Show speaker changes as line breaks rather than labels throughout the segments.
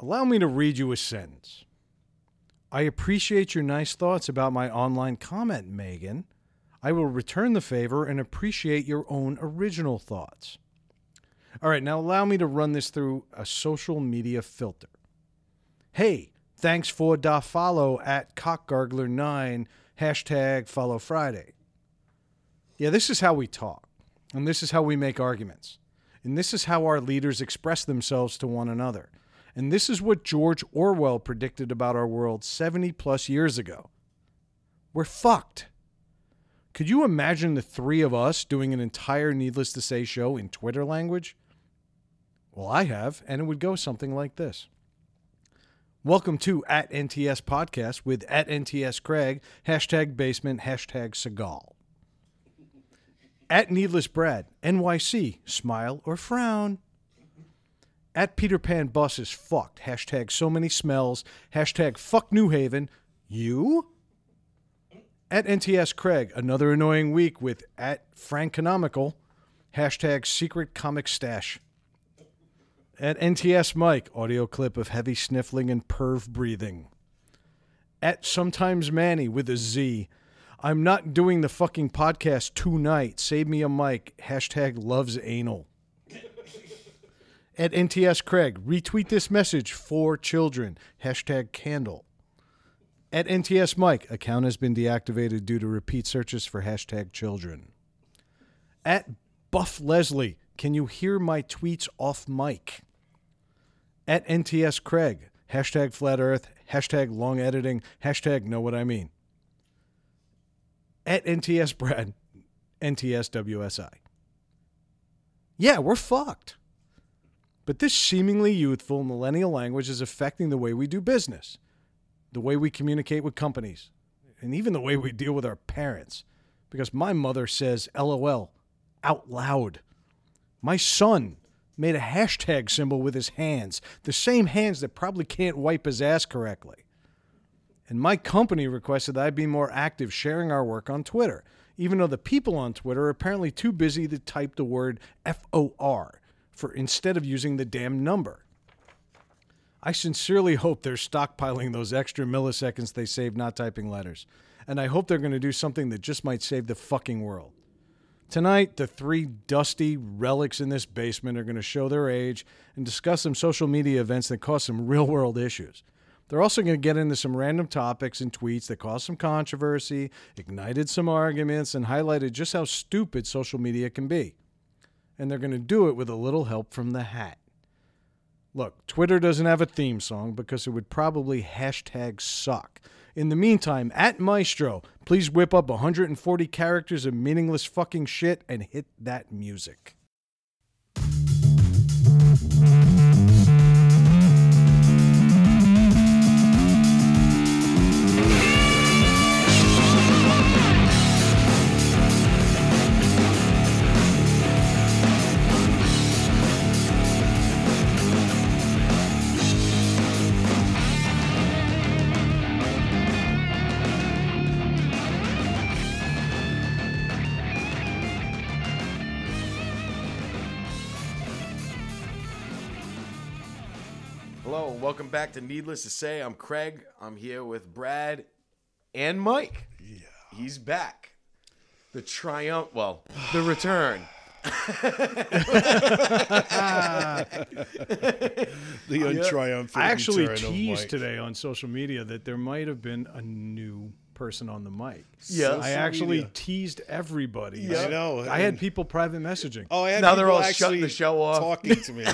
Allow me to read you a sentence. I appreciate your nice thoughts about my online comment, Megan. I will return the favor and appreciate your own original thoughts. All right, now allow me to run this through a social media filter. Hey, thanks for da follow at cockgargler9, hashtag follow Friday. Yeah, this is how we talk, and this is how we make arguments, and this is how our leaders express themselves to one another. And this is what George Orwell predicted about our world 70 plus years ago. We're fucked. Could you imagine the three of us doing an entire Needless to Say show in Twitter language? Well, I have, and it would go something like this. Welcome to at NTS Podcast with at NTS Craig, hashtag basement, hashtag Seagal. At Needless Brad, NYC, smile or frown. At Peter Pan Bus is fucked, hashtag so many smells, hashtag fuck New Haven. You? At NTS Craig, another annoying week with at Frankonomical, hashtag secret comic stash. At NTS Mike, audio clip of heavy sniffling and perv breathing. At sometimes Manny with a Z, I'm not doing the fucking podcast tonight. Save me a mic. Hashtag loves anal. At NTS Craig, retweet this message for children. Hashtag candle. At NTS Mike, account has been deactivated due to repeat searches for hashtag children. At Buff Leslie, can you hear my tweets off mic? At NTS Craig, hashtag flat earth, hashtag long editing, hashtag know what I mean. At NTS Brad, NTS WSI. Yeah, we're fucked. But this seemingly youthful millennial language is affecting the way we do business, the way we communicate with companies, and even the way we deal with our parents. Because my mother says LOL out loud. My son made a hashtag symbol with his hands, the same hands that probably can't wipe his ass correctly. And my company requested that I be more active sharing our work on Twitter, even though the people on Twitter are apparently too busy to type the word F O R for instead of using the damn number. I sincerely hope they're stockpiling those extra milliseconds they save not typing letters. And I hope they're going to do something that just might save the fucking world. Tonight, the three dusty relics in this basement are going to show their age and discuss some social media events that cause some real world issues. They're also going to get into some random topics and tweets that caused some controversy, ignited some arguments, and highlighted just how stupid social media can be. And they're going to do it with a little help from the hat. Look, Twitter doesn't have a theme song because it would probably hashtag suck. In the meantime, at Maestro, please whip up 140 characters of meaningless fucking shit and hit that music.
Hello and welcome back to Needless to Say. I'm Craig. I'm here with Brad and Mike. Yeah. He's back. The triumph, well, the return.
The untriumphant.
I actually
return of
teased
Mike.
today on social media that there might have been a new person on the mic.
Yeah.
I actually teased everybody.
I know,
I had
and-
people private messaging.
Oh, I had
Now they're
people
all shutting the
actually
show off.
Talking to me.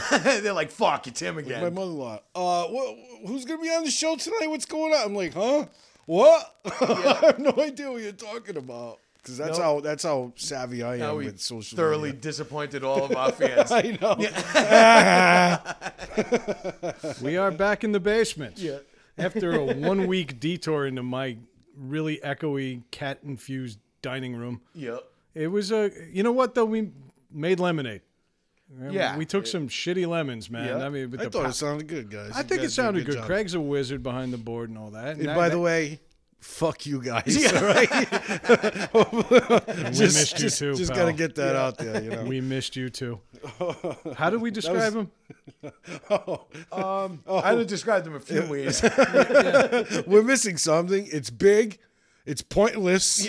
They're like, fuck, it's him
My
again.
mother-in-law. Uh, wh- who's gonna be on the show tonight? What's going on? I'm like, huh? What? I have no idea what you're talking about. Because that's
No.
how that's how savvy I am
Now we
with social.
thoroughly
media.
disappointed all of our fans.
I know.
We are back in the basement. After a one week detour into my really echoey cat infused dining room.
yep.
It was a you know what though, we made lemonade.
Yeah.
We took some shitty lemons, man.
Yeah.
I mean with
I
the
thought
pop-
it sounded good, guys.
I
You
think
guys did
it
a
sounded good.
job.
Craig's a wizard behind the board and all that.
And by the way, fuck you guys. all right? just,
missed you
just-
too,
Just
pal.
gotta get that out there, you know.
We missed you too. How did we describe him?
Oh.
I would describe them a few ways.
We're missing something. It's big, it's pointless,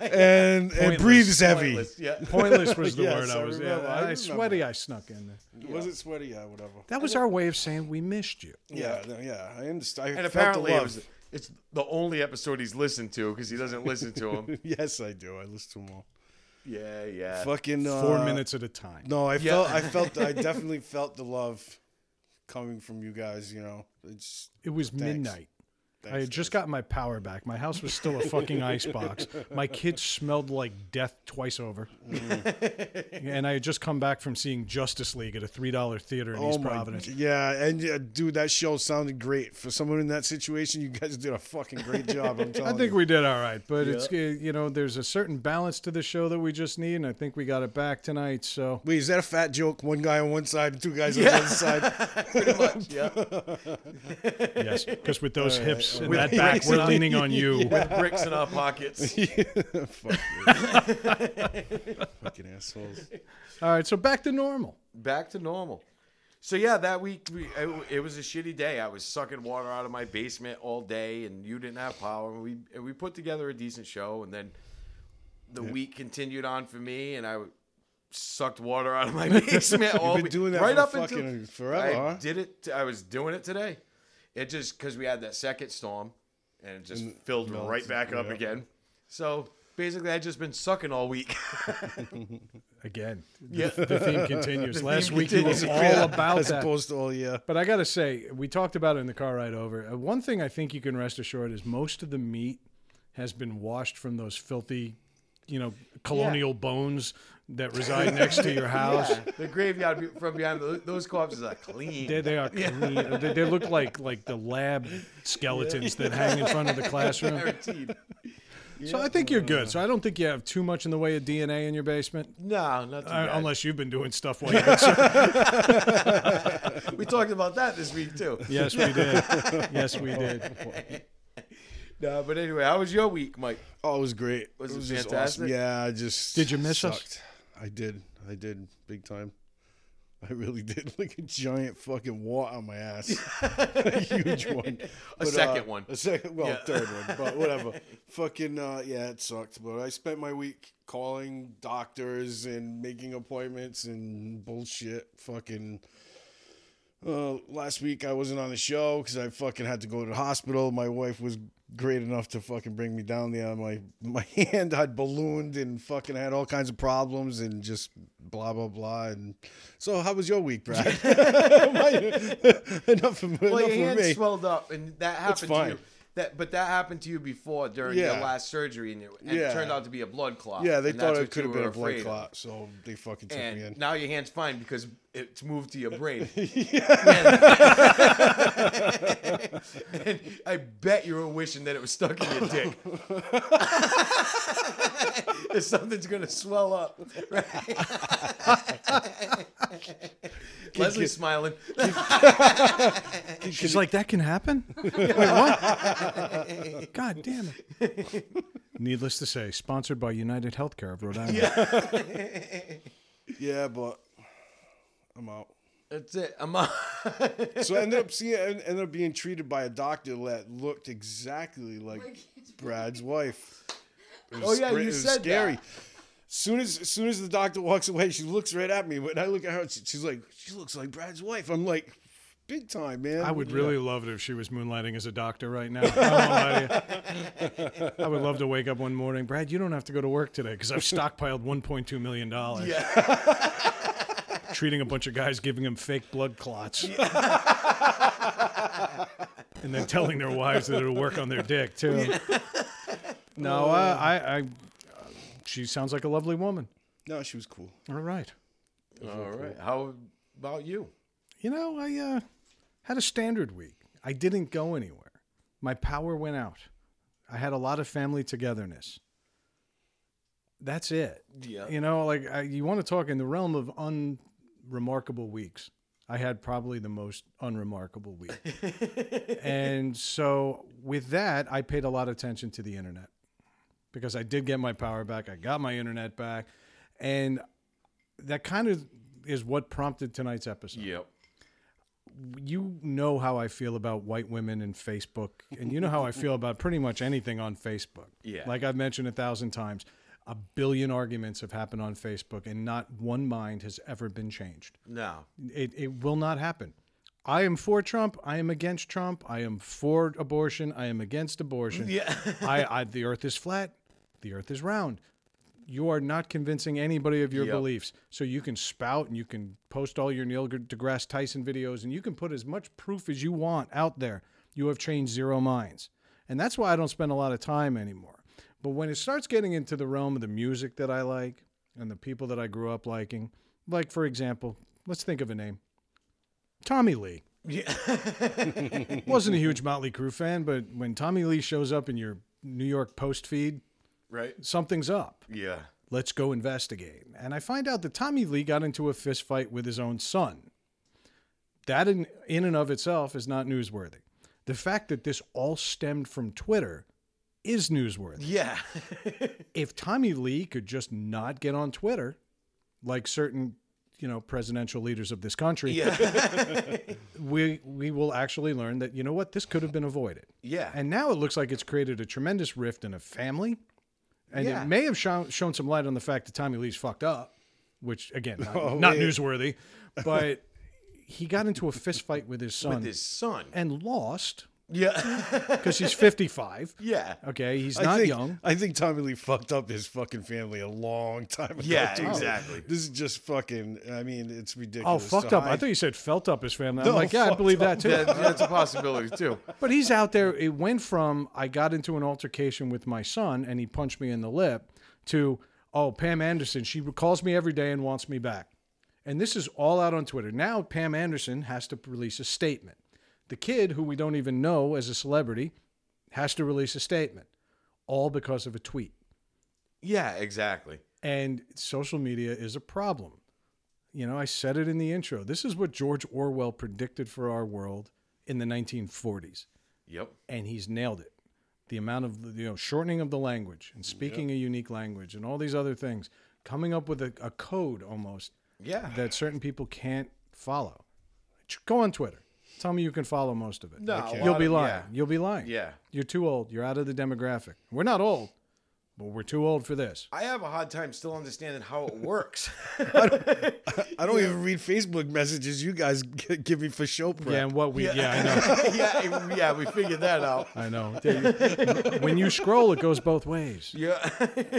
and it breathes heavy.
Pointless, Yeah.
Pointless was the
Yes,
word
I
I was. Yeah,
remember, I
I,
remember.
sweaty. I snuck in there.
Was it sweaty? Yeah, whatever.
That was our way of saying we missed you.
Yeah, no, yeah, I understand.
And
I felt the
apparently it
love.
was, it's the only episode he's listened to because he doesn't listen to him.
yes, I do. I listen to them all.
yeah, yeah.
Fucking uh,
Four minutes at a time.
No, I
Yeah.
felt. I felt. I definitely felt the love coming from you guys. You know, it's
It was midnight. I had just gotten my power back. My house was still a fucking icebox. My kids smelled like death twice over. and I had just come back from seeing Justice League at a $3 theater in East Providence.
oh Yeah, and yeah, dude, that show sounded great for someone in that situation. You guys did a fucking great job. I'm
I
telling
think
you.
we did all right, but it's uh, you know there's a certain balance to the show that we just need, and I think we got it back tonight. So
Wait, is that a fat joke? One guy on one side and two guys on the other side.
yes, because with those hips and
With
that back, we're leaning on you.
Bricks in our pockets.
Fuck you. fucking assholes.
All right, so back to normal.
Back to normal. So yeah, that week we, it, it was a shitty day. I was sucking water out of my basement all day, and you didn't have power. And we and we put together a decent show, and then the week continued on for me, and I sucked water out of my basement all
been
week.
doing that
right
for
up
fucking
until
forever,
I
huh?
did it. I was doing it today. It just because we had that second storm, and it just filled right back up
yeah.
again. So basically, I just been sucking all week.
Again,
yeah.
the theme continues. Last
theme
week it was all
continues.
about
As
that.
opposed to all yeah.
But I gotta say, we talked about it in the car ride over. Uh, One thing I think you can rest assured is most of the meat has been washed from those filthy, you know, colonial bones that reside next to your house.
the graveyard be- from behind the, those corpses are clean.
They, they are clean. Uh, They, they look like like the lab skeletons that hang in front of the classroom.
Guaranteed.
So I think you're good. So I don't think you have too much in the way of DNA in your basement,
No, not too
uh,
bad.
unless you've been doing stuff while you're inside.
we talked about that this week too.
Yes, we did. Yes,
Oh,
we did.
No, but anyway, how was your week, Mike?
Oh, it was great.
Was it
just
fantastic?
Yeah, I just
Did you miss us?
sucked. I did. I did big time. I really did. Like a giant fucking wart on my ass. a huge one. But, uh,
second one.
A second well,
Yeah.
third one, but whatever. fucking uh, yeah, it sucked. But I spent my week calling doctors and making appointments and bullshit fucking uh, last week I wasn't on the show because I fucking had to go to the hospital. My wife was great enough to fucking bring me down there. My my hand had ballooned and fucking had all kinds of problems and just blah blah blah. And so, how was your week, Brad? enough for,
Well,
enough
your
for
hand
me.
swelled up, and that happened to
fine.
you. That, but that happened to you before during
Yeah.
your last surgery, and, you, and
Yeah.
it turned out to be a blood clot.
yeah, they
and
thought
that's
it
what
could
you
have been
were
a blood
afraid of.
clot, so they fucking took me
And
in.
now your hand's fine because it's moved to your brain. and I bet you were wishing that it was stuck in your dick. if something's gonna swell up, right? Leslie's smiling.
She's like, that can happen? Wait, what? God damn it. Needless to say, sponsored by United Healthcare of Rhode Island.
Yeah, but I'm out.
That's it. I'm on.
So I ended up seeing, I ended up being treated by a doctor that looked exactly like Brad's wife. It was
Oh, yeah,
scra-
you
it was
said that.
scary. Soon as soon as the doctor walks away, she looks right at me. When I look at her, she- she's like, she looks like Brad's wife. I'm like, big time, man.
I would really love it if she was moonlighting as a doctor right now. I, don't know about you. I would love to wake up one morning, Brad, you don't have to go to work today because I've stockpiled $1.2 million. Treating a bunch of guys, giving them fake blood clots. and then telling their wives that it'll work on their dick, too. No, I, I, I, she sounds like a lovely woman.
No, she was cool.
All right.
All right. How about you?
You know, I uh, had a standard week. I didn't go anywhere. My power went out. I had a lot of family togetherness. That's it.
Yeah.
You know, like I, you want to talk in the realm of unremarkable weeks. I had probably the most unremarkable week. and so, with that, I paid a lot of attention to the internet because I did get my power back. I got my internet back. And that kind of is what prompted tonight's episode.
Yep.
You know how I feel about white women and Facebook, and you know how I feel about pretty much anything on Facebook.
Yeah.
Like I've mentioned a thousand times, a billion arguments have happened on Facebook, and not one mind has ever been changed.
No.
It, it will not happen. I am for Trump. I am against Trump. I am for abortion. I am against abortion.
Yeah.
I, I the earth is flat, the earth is round. You are not convincing anybody of your
Yep.
beliefs. So you can spout and you can post all your Neil deGrasse Tyson videos and you can put as much proof as you want out there. You have changed zero minds. And that's why I don't spend a lot of time anymore. But when it starts getting into the realm of the music that I like and the people that I grew up liking, like for example, let's think of a name Tommy Lee. Wasn't a huge Motley Crue fan, but when Tommy Lee shows up in your New York Post feed,
Right.
something's up.
Yeah.
Let's go investigate. And I find out that Tommy Lee got into a fist fight with his own son. That, in, in and of itself, is not newsworthy. The fact that this all stemmed from Twitter is newsworthy.
Yeah.
If Tommy Lee could just not get on Twitter, like certain, you know, presidential leaders of this country, we we will actually learn that you know what this could have been avoided.
Yeah.
And now it looks like it's created a tremendous rift in a family, and
Yeah.
it may have shown, shown some light on the fact that Tommy Lee's fucked up, which again not,
Oh,
not
yeah.
newsworthy, but he got into a fist fight with his son
With his son.
and lost
Yeah.
because he's fifty five.
yeah.
Okay, he's
I
not
think,
young.
I think Tommy Lee fucked up his fucking family a long time ago.
Yeah,
dude.
exactly.
This is just fucking. I mean, it's ridiculous.
Oh, fucked
to
up! I
hide-
thought you said felt up his family.
No,
I'm like, yeah, I
fucked
believe that
up.
too.
That- that's a possibility too.
But he's out there. It went from I got into an altercation with my son and he punched me in the lip to oh Pam Anderson. She calls me every day and wants me back. And this is all out on Twitter. Now Pam Anderson has to release a statement. The kid who we don't even know as a celebrity has to release a statement, all because of a tweet.
Yeah, exactly.
And social media is a problem. You know, I said it in the intro. This is what George Orwell predicted for our world in the 1940s
Yep.
and he's nailed it. The amount of you know shortening of the language and speaking a unique language and all these other things, coming up with a, a code almost
Yeah.
that certain people can't follow. Ch- Go on Twitter. Tell me you can follow most of it.
No, a
you'll
lot
be
of-
lying.
yeah.
You'll be lying.
Yeah.
You're too old. You're out of the demographic. We're not old, but we're too old for this.
I have a hard time still understanding how it works.
I don't even read Facebook messages you guys g- give me for show prep.
Yeah, and what we yeah, I know.
yeah, yeah, we figured that out.
I know. They- when you scroll, it goes both ways.
Yeah.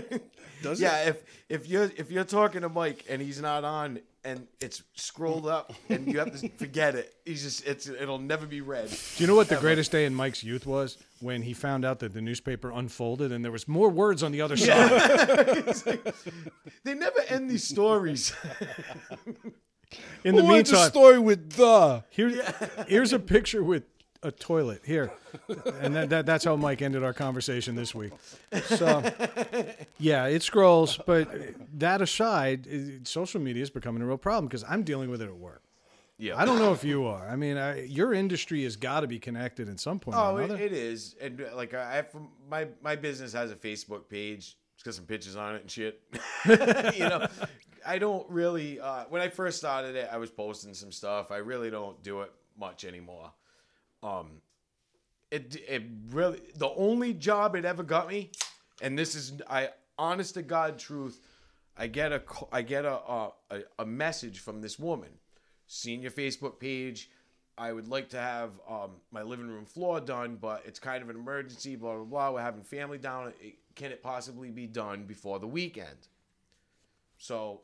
Does
yeah, if if you're if you're talking to Mike and he's not on and it's scrolled up and you have to forget it. He's just it's it'll never be read.
Do you know what the greatest day in Mike's youth was? When he found out that the newspaper unfolded and there was more words on the other side.
They never end these stories.
In
Who
the
wants a
meantime,
story with the?
here, here's a picture with a toilet here, and that, that, that's how Mike ended our conversation this week. So, yeah, it scrolls. But that aside, i- social media is becoming a real problem because I'm dealing with it at work.
yeah.
I don't know if you are. I mean, I, your industry has got to be connected at some point.
Oh,
or
it,
another.
it is, and uh, like I have, my my business has a Facebook page. It's got some pictures on it and shit. you know, I don't really. Uh, when I first started it, I was posting some stuff. I really don't do it much anymore. Um, it it really the only job it ever got me, and this is I honest to God truth. I get a c- I get a a, a, a message from this woman seen your Facebook page. I would like to have um, my living room floor done, but it's kind of an emergency, blah, blah, blah. We're having family down. It, can it possibly be done before the weekend? So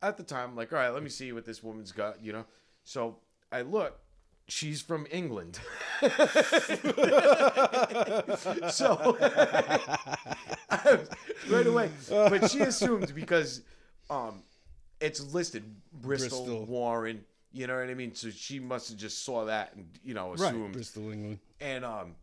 at the time, I'm like, all right, let me see what this woman's got, you know? So I look, she's from England. so I was- right away. But she assumed because um, it's listed Bristol,
Bristol.
Warren. You know what I mean? So she must have just saw that and you know assumed.
Bristol, England.
And um,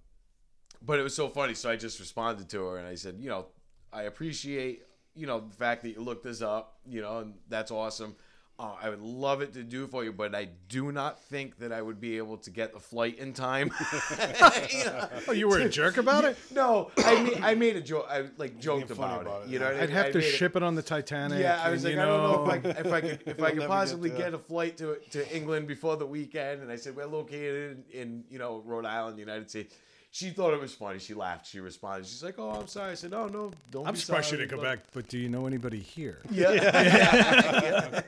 but it was so funny. So I just responded to her and I said, you know, I appreciate you know the fact that you looked this up. You know, and that's awesome. Oh, I would love it to do for you, but I do not think that I would be able to get the flight in time. You know?
Oh, you were a jerk about it?
No, I made, I made a joke. I like joked
funny
about,
about
it.
it,
You know,
yeah.
what I
I'd
mean?
have
I
to
made it-
ship it on the Titanic.
Yeah, I was
and,
like,
you
I don't know
know,
if I, if I could if I
never
could
get
possibly
to
get,
that.
a flight to to England before the weekend. And I said we're located in, in you know Rhode Island, United States. She thought it was funny. She laughed. She responded. She's like, "Oh, I'm sorry." I said, "No, no, don't."
I'm
be
surprised she
sorry.
didn't go
But-
back. But do you know anybody here?
Yeah, yeah.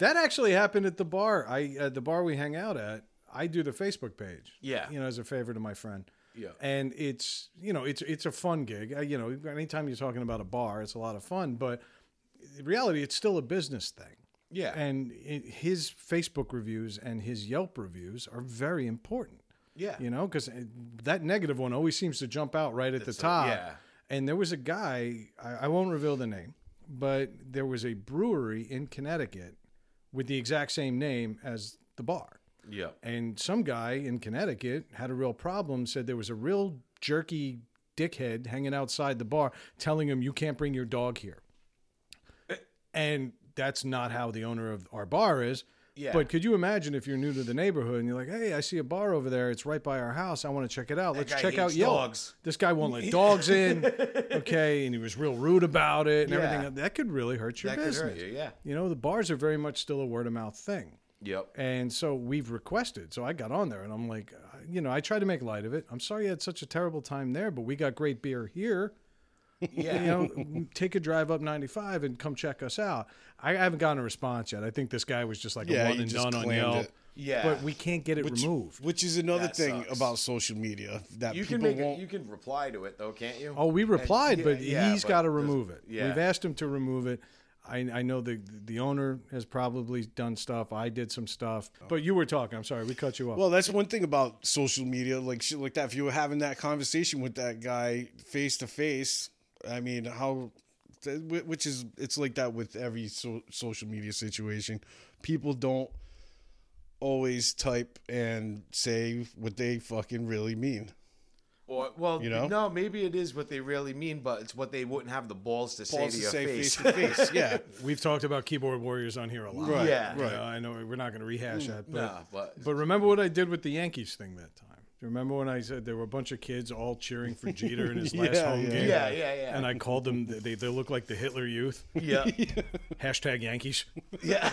That actually happened at the bar. I uh, the bar we hang out at. I do the Facebook page.
Yeah.
you know, as a favor to my friend.
Yeah.
and it's you know it's it's a fun gig. Uh, you know, anytime you're talking about a bar, it's a lot of fun. But in reality, it's still a business thing.
Yeah.
and it, his Facebook reviews and his Yelp reviews are very important.
Yeah.
you know, because that negative one always seems to jump out right at the top.
yeah.
And there was a guy, I, I won't reveal the name, but there was a brewery in Connecticut with the exact same name as the bar.
yeah.
And some guy in Connecticut had a real problem, said there was a real jerky dickhead hanging outside the bar telling him, you can't bring your dog here. And that's not how the owner of our bar is.
Yeah.
But could you imagine if you're new to the neighborhood and you're like, hey, I see a bar over there. It's right by our house. I want to check it out. Let's
guy
check out
hates
Yelp.
dogs."
This guy won't let dogs in. Okay. And he was real rude about it and
Yeah.
everything. That could really hurt your
That could
business.
hurt you. Yeah.
You know, the bars are very much still a word of mouth thing.
Yep.
And so we've requested. So I got on there and I'm like, uh, you know, I tried to make light of it. I'm sorry you had such a terrible time there, but we got great beer here.
Yeah.
You know, take a drive up 95 and come check us out. I haven't gotten a response yet. I think this guy was just like
Yeah,
a
he
one and
just
done on
claimed
Yelp.
it.
Yeah.
But we can't get it removed.
Which is another
That
thing
sucks.
about social media that
you can
people
make it,
won't.
you can reply to it though, can't you?
Oh, we replied,
Uh, yeah,
but
yeah,
he's
but
got to
does-
remove it.
yeah.
We've asked him to remove it. I, I know the the owner has probably done stuff. I did some stuff, but you were talking. I'm sorry, we cut you off.
Well, that's one thing about social media, like shit like that. If you were having that conversation with that guy face to face, I mean, how, th- whi- which is, it's like that with every so, social media situation. People don't always type and say what they fucking really mean.
Or well,
You know?
no, maybe it is what they really mean, but it's what they wouldn't have the balls to
Balls
say to
to
your
say
face.
face to face, yeah.
We've talked about keyboard warriors on here a lot.
Right,
Yeah. Mm,
You
right.
know, I know we're not going to rehash that, but
Nah, but
but remember what I did with the Yankees thing that time. Do you remember when I said there were a bunch of kids all cheering for Jeter in his last
Yeah,
home
yeah.
game?
Yeah, yeah, yeah.
And I called them. They they look like the Hitler Youth.
yeah,
Hashtag Yankees.
yeah,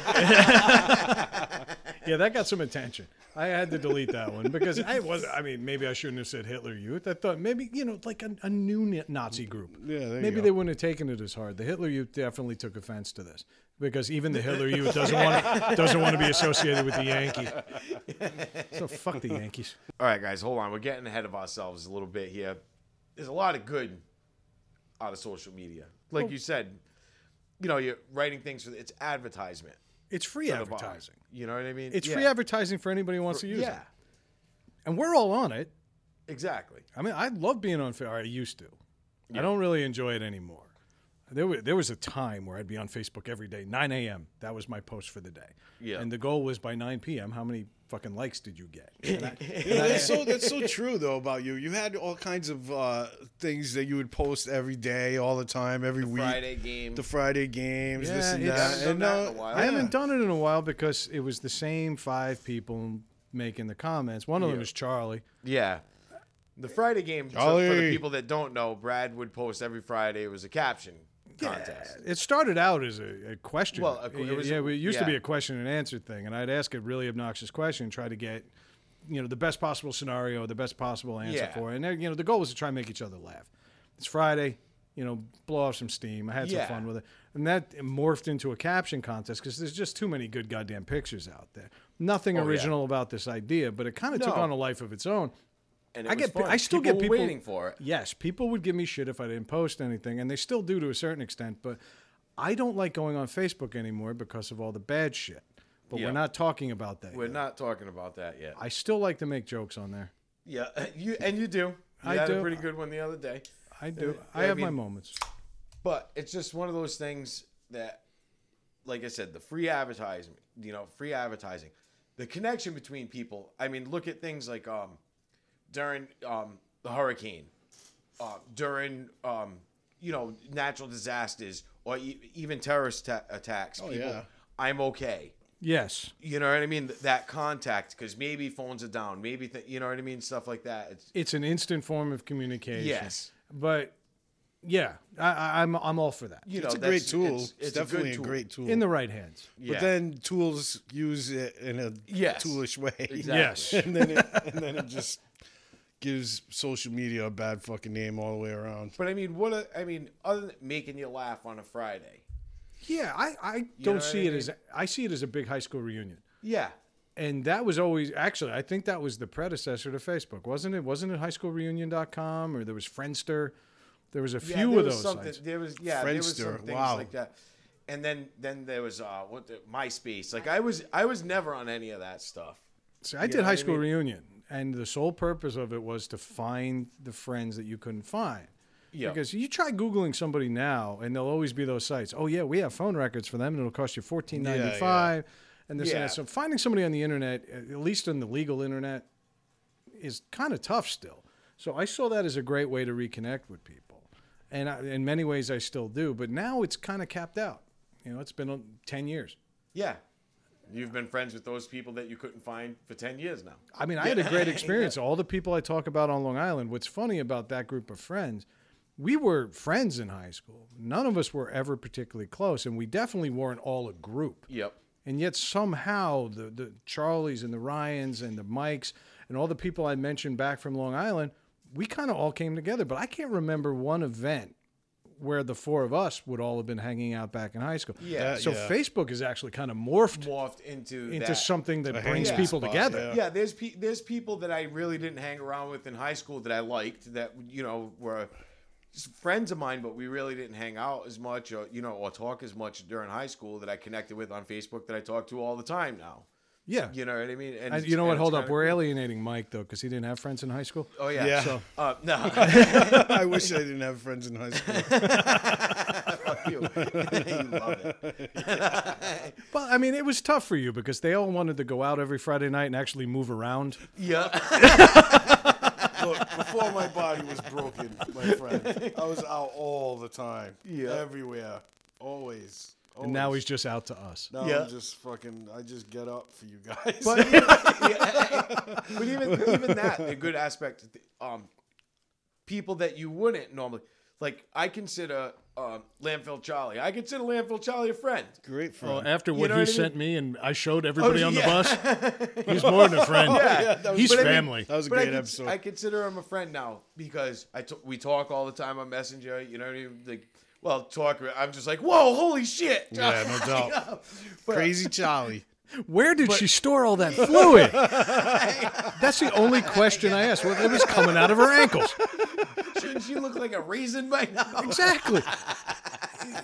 Yeah, that got some attention. I had to delete that one because I was. I mean, maybe I shouldn't have said Hitler Youth. I thought maybe you know, like a, a new na- Nazi group.
Yeah, there you
maybe
go.
they wouldn't have taken it as hard. The Hitler Youth definitely took offense to this because even the Hitler Youth doesn't want to, doesn't want to be associated with the Yankee. So fuck the Yankees.
All right, guys, hold on. We're getting ahead of ourselves a little bit here. There's a lot of good out of social media, like you said. You know, you're writing things for it's advertisement.
It's free
for the bar.
advertising.
You know what I mean?
It's
Yeah.
free advertising for anybody who wants to use
Yeah,
it, and we're all on it.
exactly.
I mean, I love being on. Fa- or I used to. I don't really enjoy it anymore. There was there was a time where I'd be on Facebook every day, 9 a.m. That was my post for the day.
Yeah.
And the goal was by 9 p.m. How many fucking likes did you get? And I-
You know, that's so that's so true though about you. You had all kinds of uh, things that you would post every day, all the time, every week.
Friday game.
The Friday games, this
Yeah,
and
it's-
that.
Haven't
And,
done that
uh,
in a while.
I haven't done it in a while because it was the same five people making the comments. One of them is Charlie.
Yeah. The Friday game, so for the
Charlie.
people that don't know, Brad would post every Friday. It was a caption contest.
It started out as a, a question.
Well, a- it was-
yeah, it used to be
yeah.
a question and answer thing, and I'd ask a really obnoxious question, try to get you know the best possible scenario, the best possible answer
Yeah.
for it. And then, you know the goal was to try and make each other laugh. It's Friday, you know, blow off some steam. I had
Yeah.
some fun with it, and that morphed into a caption contest because there's just too many good goddamn pictures out there. Nothing original about this idea, but it kind of took
Oh, No.
on a life of its own.
And it
I
was
get,
fun.
I still get
were
people
waiting for it.
Yes, people would give me shit if I didn't post anything, and they still do to a certain extent. But I don't like going on Facebook anymore because of all the bad shit. But
Yeah.
we're not talking about that.
We're
yet.
not talking about that yet.
I still like to make jokes on there.
Yeah, you and you do. You
I
had a
do.
pretty good one the other day.
I do. I,
Uh, I
have my
mean-
moments.
But it's just one of those things that, like I said, the free advertising, you know, free advertising, the connection between people. I mean, look at things like um, during um, the hurricane, uh, during um, you know natural disasters or e- even terrorist ta- attacks. people
Oh, yeah.
I'm okay.
Yes.
You know what I mean? Th- That contact, because maybe phones are down, maybe th- you know what I mean, stuff like that. It's
It's an instant form of communication.
yes,
But yeah, I, I, I'm I'm all for that.
you know,
It's a
that's-
great tool. It's,
a
definitely
good
a, great tool.
In the right hands.
Yeah.
But then tools use it in a
Yes.
toolish way.
Exactly.
Yes.
and then it, and then it just gives social media a bad fucking name all the way around.
but I mean, what? A, I mean, other than making you laugh on a Friday.
Yeah, I, I
know
don't
what
see
I
it
mean?
as I see it as a big high school reunion.
Yeah,
And that was always actually I think that was the predecessor to Facebook, wasn't it? Wasn't it highschoolreunion.com or there was Friendster? There was a few
yeah, there
of
was
those
something-
sites.
There was yeah, there was some
Friendster,
things
wow.
like that. And then then there was uh what the, MySpace. Like I was I was never on any of that stuff.
So I did
know what
high
I
school
mean?
reunion, and the sole purpose of it was to find the friends that you couldn't find.
Yeah.
Because you try Googling somebody now, and there'll always be those sites. Oh yeah, we have phone records for them, and it'll cost you fourteen ninety five, and this and
Yeah.
that. So finding somebody on the internet, at least on the legal internet, is kind of tough still. So I saw that as a great way to reconnect with people, and I, in many ways I still do. But now it's kind of capped out. You know, it's been uh, ten years.
Yeah. You've been friends with those people that you couldn't find for 10 years now.
I mean, I had a great experience. All the people I talk about on Long Island, what's funny about that group of friends, we were friends in high school. None of us were ever particularly close, and we definitely weren't all a group.
Yep.
And yet somehow the, the Charlies and the Ryans and the Mikes and all the people I mentioned back from Long Island, we kind of all came together. But I can't remember one event where the four of us would all have been hanging out back in high school.
Yeah.
So
yeah.
Facebook has actually kind of morphed
Morphed into
into
that.
something that brings
hangout
people
spot,
together.
yeah.
Yeah, there's pe- there's people that I really didn't hang around with in high school that I liked that you know were just friends of mine, but we really didn't hang out as much or you know or talk as much during high school that I connected with on Facebook that I talk to all the time now.
yeah.
You know what I mean? And
And
it's-
you know what?
and it's
Hold up.
kinda
We're
cool.
alienating Mike though, because he didn't have friends in high school.
oh yeah,
Yeah.
So
Uh, no,
I wish I didn't have friends in high school.
fuck you. you love it.
well, I mean, it was tough for you because they all wanted to go out every Friday night and actually move around.
Yeah,
Look, before my body was broken, my friend, I was out all the time.
Yeah.
Everywhere. Always. always.
And now he's just out to us.
now
Yeah.
I'm just fucking I just get up for you guys.
but even even that the good aspect. Um, people that you wouldn't normally like. I consider um, landfill Charlie. I consider landfill Charlie a friend.
Great friend.
Well, after what
know
he
what I mean?
sent me and I showed everybody
Oh,
on
yeah.
the bus, he's more than a friend.
Yeah, that was-
he's
but I mean-
family.
that was a
But I
great
cons-
episode.
I consider him a friend now because I t- we talk all the time on Messenger. You know what I mean? Like, well, talk. I'm just like, whoa, holy shit!
yeah, no doubt.
But,
Crazy Charlie.
Where did she store all that fluid? That's the only question I asked. What what was coming out of her ankles?
Shouldn't she look like a raisin by now?
Exactly.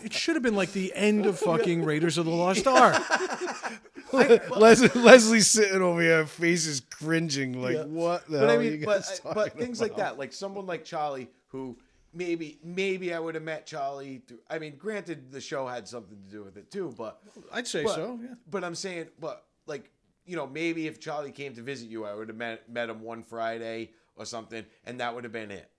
It should have been like the end of fucking Raiders of the Lost Ark.
Leslie, Leslie's sitting over here, face is cringing. Like, what the
But I
hell are
mean,
you
but
guys
I- but
talking
things like that, like someone like Charlie, who maybe maybe I would have met Charlie. Through, I mean, granted, the show had something to do with it too, but
I'd say
but,
so. Yeah.
but I'm saying, but like you know, maybe if Charlie came to visit you, I would have met met him one Friday or something, and that would have been it.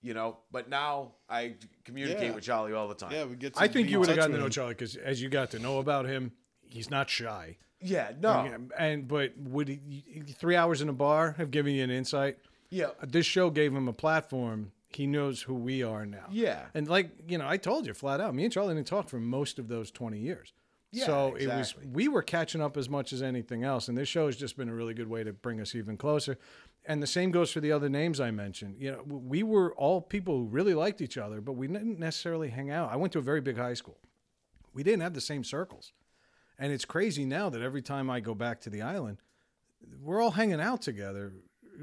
You know, but now I communicate
Yeah.
with Charlie all the time.
Yeah, we get. To
I think
be
you
in
would have
touch
gotten to
with
know
him.
Charlie because as you got to know about him, he's not shy.
Yeah,
Oh.
no, yeah.
And- And but would he, three hours in a bar have given you an insight?
yeah.
This show gave him a platform. He knows who we are now.
Yeah.
And like you know, I told you flat out, me and Charlie didn't talk for most of those twenty years.
Yeah,
so it was
exactly.
we were catching up as much as anything else, and this show has just been a really good way to bring us even closer. And the same goes for the other names I mentioned. You know, we were all people who really liked each other, but we didn't necessarily hang out. I went to a very big high school. We didn't have the same circles. And it's crazy now that every time I go back to the island, we're all hanging out together,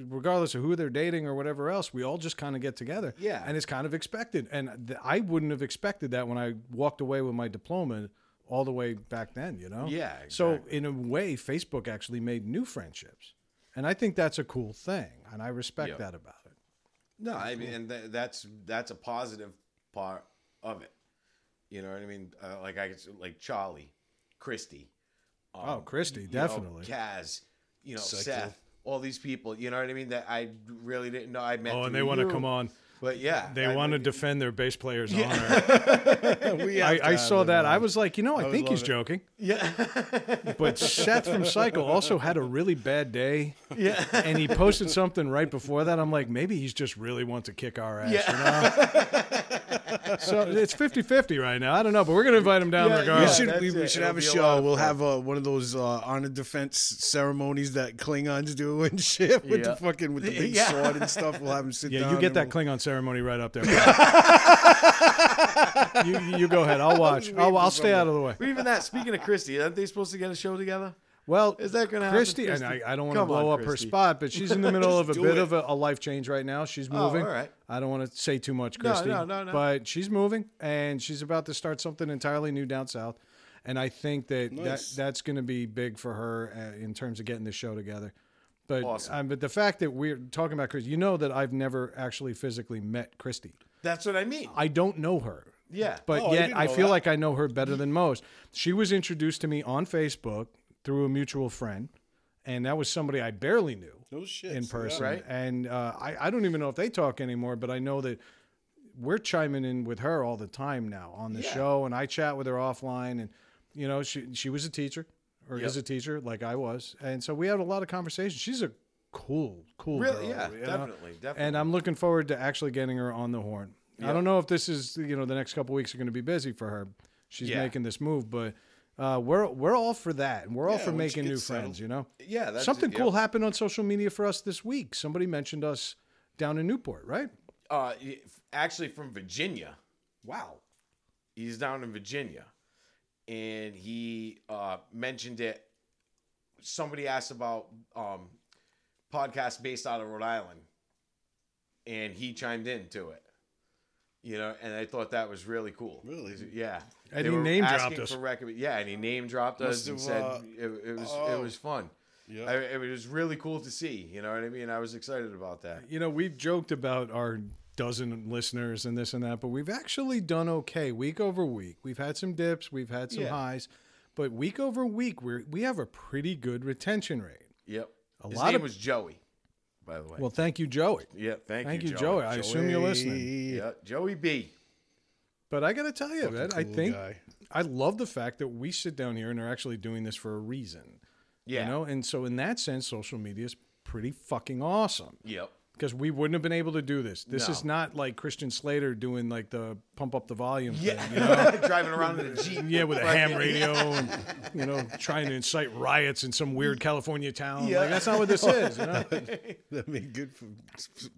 regardless of who they're dating or whatever else. We all just kind of get together.
Yeah.
And it's kind of expected. And th- I wouldn't have expected that when I walked away with my diploma all the way back then, you know?
Yeah,
So, in a way, Facebook actually made new friendships. And I think that's a cool thing. And I respect
Yeah.
that about it.
No, I mean, and tha that's that's a positive part of it. You know what I mean? Uh, like I could s- like Charlie, Christy, um,
oh, Christy,
you know,
definitely.
Kaz, you know
Psycho.
Seth, all these people. You know what I mean? That I really didn't know I met.
oh, and
through
they want to
you.
come on.
But yeah,
They
I
want to
mean,
defend their bass player's honor.
we have
I,
to
I
have
saw
them
that.
on.
I was like, you know, I,
would
think he's
love
joking.
it.
Yeah. but Seth from Cycle also had a really bad day. Yeah. And he posted something right before that. I'm like, maybe he's just really wants to kick our ass. You know? so it's 50 50 right now. I don't know, but we're going to invite him down
Yeah,
We
regardless.
yeah.
should, we,
that's
we
it.
should
It'll
have a
be a lot
show.
of
we'll
fun.
have uh, one of those uh, honor defense ceremonies that Klingons do and shit with
Yeah.
the fucking with the big
Yeah.
sword and stuff. We'll have them sit
Yeah,
down.
you get
and
that
we'll-
Klingon ceremony right up there. bro. you, you go ahead. I'll watch. I'll, I'll stay out of the way.
But even that, speaking of Christy, aren't they supposed to get a show together?
Well,
Is that gonna happen,
Christy? And I,
Christy?
I don't want to
Come
blow
on,
up her
Christy.
spot, but she's in the middle of a
do
bit
it.
of a, a life change right now. She's moving.
Oh, all right.
I don't want to say too much, Christy.
no, no, no.
But she's moving, and she's about to start something entirely new down south, and I think that,
Nice.
that that's going to be big for her uh, in terms of getting the show together. But
Awesome.
um, but the fact that we're talking about Christy, you know that I've never actually physically met Christy.
That's what I mean.
I don't know her.
Yeah.
But
Oh, I
yet
didn't
I,
know
feel
that.
like I know her better than most. She was introduced to me on Facebook through a mutual friend, and that was somebody I barely knew
No shit.
in
so yeah.
person.
right.
And uh, I, I don't even know if they talk anymore, but I know that we're chiming in with her all the time now on the
Yeah.
show, and I chat with her offline. And you know, she she was a teacher or
Yep.
is a teacher like I was, and so we had a lot of conversations. She's a cool, cool
really?
girl,
Yeah,
you know?
definitely, definitely.
and I'm looking forward to actually getting her on the horn. I don't know if this is you know the next couple weeks are going to be busy for her. She's
Yeah.
making this move, but uh, we're we're all for that, and we're all
Yeah,
for
once you
making
get
new
settled.
friends. You know,
yeah, that's
something
yeah.
cool happened on social media for us this week. Somebody mentioned us down in Newport, right?
Uh, y- actually, from Virginia.
Wow.
he's down in Virginia, and he uh, mentioned it. Somebody asked about um, podcasts based out of Rhode Island, and he chimed in to it. You know, and I thought that was really cool.
Really?
Yeah.
And
They
he
were
name dropped
asking
us.
for recommend- yeah, and he name dropped us
Must
and
have,
said
uh,
it, it was it
oh.
was fun.
Yeah.
I, it was really cool to see. You know what I mean? I was excited about that.
You know, we've joked about our dozen listeners and this and that, but we've actually done okay week over week. We've had some dips, we've had some
Yeah.
highs, but week over week we we have a pretty good retention rate.
Yep. His
lot
name
of-
was Joey, by the way.
Well, thank you, Joey.
yeah. Thank,
Thank
you,
you, Joey. I assume you're listening.
Yeah, Joey B.
But I got to tell you, man, I
cool
think
guy.
I love the fact that we sit down here and are actually doing this for a reason.
Yeah.
You know, and so in that sense, social media is pretty fucking awesome
Yep.
because we wouldn't have been able to do this. This
No.
is not like Christian Slater doing like the pump up the volume thing. You know?
Driving around in a Jeep.
Yeah, with a
Right.
ham radio and, you know, trying to incite riots in some weird California town.
Yeah.
Like, that's not what this is. You know?
That'd be good for.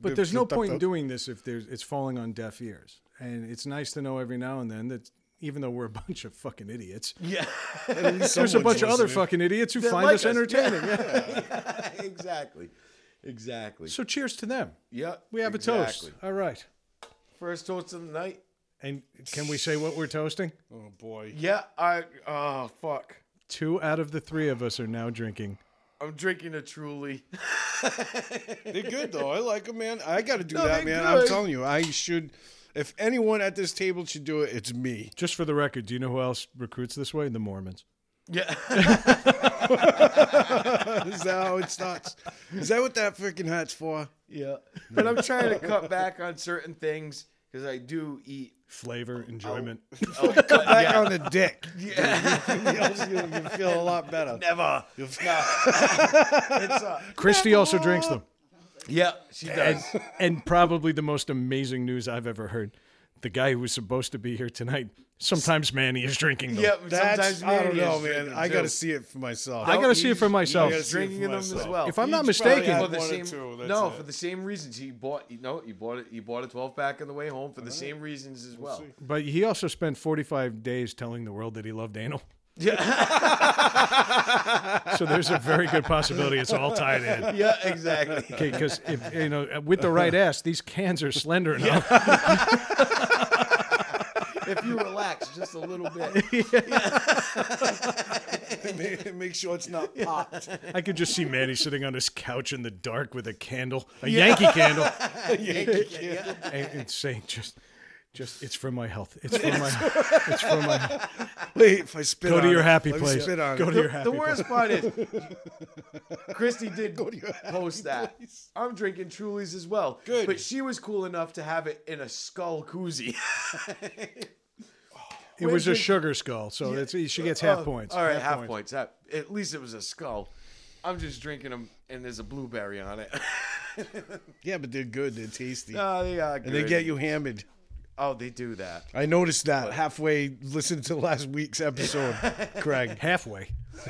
But there's no point in doing this if there's it's falling on deaf ears. And it's nice to know every now and then that even though we're a bunch of fucking idiots,
Yeah.
there's a bunch of other fucking idiots who find
like
us
us.
entertaining. Yeah.
exactly. Exactly.
So cheers to them.
Yep.
We have a
exactly.
toast. All right.
First toast of the night.
And can we say what we're toasting?
Oh boy.
Yeah. I. Oh fuck.
Two out of the three of us are now drinking.
I'm drinking a truly.
They're good though. I like them, man. I got to do
No,
that,
they're
man.
good.
I'm telling you, I should. If anyone at this table should do it, it's me.
Just for the record, do you know who else recruits this way? The Mormons.
Yeah.
Is that how it starts? Is that what that freaking hat's for?
yeah. But I'm trying to cut back on certain things because I do eat.
Flavor, enjoyment.
Cut Oh. back on the dick. Yeah. you, you feel a lot better.
Never.
You'll feel-
It's, uh,
Christy also drinks them.
yeah, she does.
And probably the most amazing news I've ever heard. The guy who was supposed to be here tonight, sometimes Manny is drinking them.
yeah.
That's,
Sometimes
I don't
Manny
know,
is
man.
drinking
I
too.
got to see it for myself.
Oh,
I got to see it for myself.
gotta see it
drinking
for
in them as
myself.
well.
If I'm not
He's probably
mistaken,
had
for the
one or
same
two, that's
no
it.
for the same reasons he bought you know he bought it he bought a 12 pack on the way home for the same reasons as well
but he also spent 45 days telling the world that he loved anal. Yeah. so there's a very good possibility it's all tied in.
yeah exactly
Okay, because if you know, with the right ass, these cans are slender enough.
if you relax just a little bit
Make, make sure it's not popped.
I could just see Manny sitting on his couch in the dark with a candle, a Yankee candle,
Yankee candle.
and, and saying, "Just Just it's from my health. It's from my. It's from my.
Wait, if I spit
Go
on
to your
it,
happy
let me
place.
Spit on
Go
it.
to your
The
happy place.
worst part is, Christy did
to your happy
post that.
place.
I'm drinking Truly's as well.
Good.
But she was cool enough to have it in a skull koozie.
It was a sugar skull, so that's she gets half
Oh,
points.
All right, half, points. half- at least it was a skull. I'm just drinking them, and there's a blueberry on it.
Yeah, but they're good. They're tasty.
oh, they are good.
and they get you hammered.
Oh, they do that.
I noticed that halfway listening to last week's episode, Craig.
Halfway.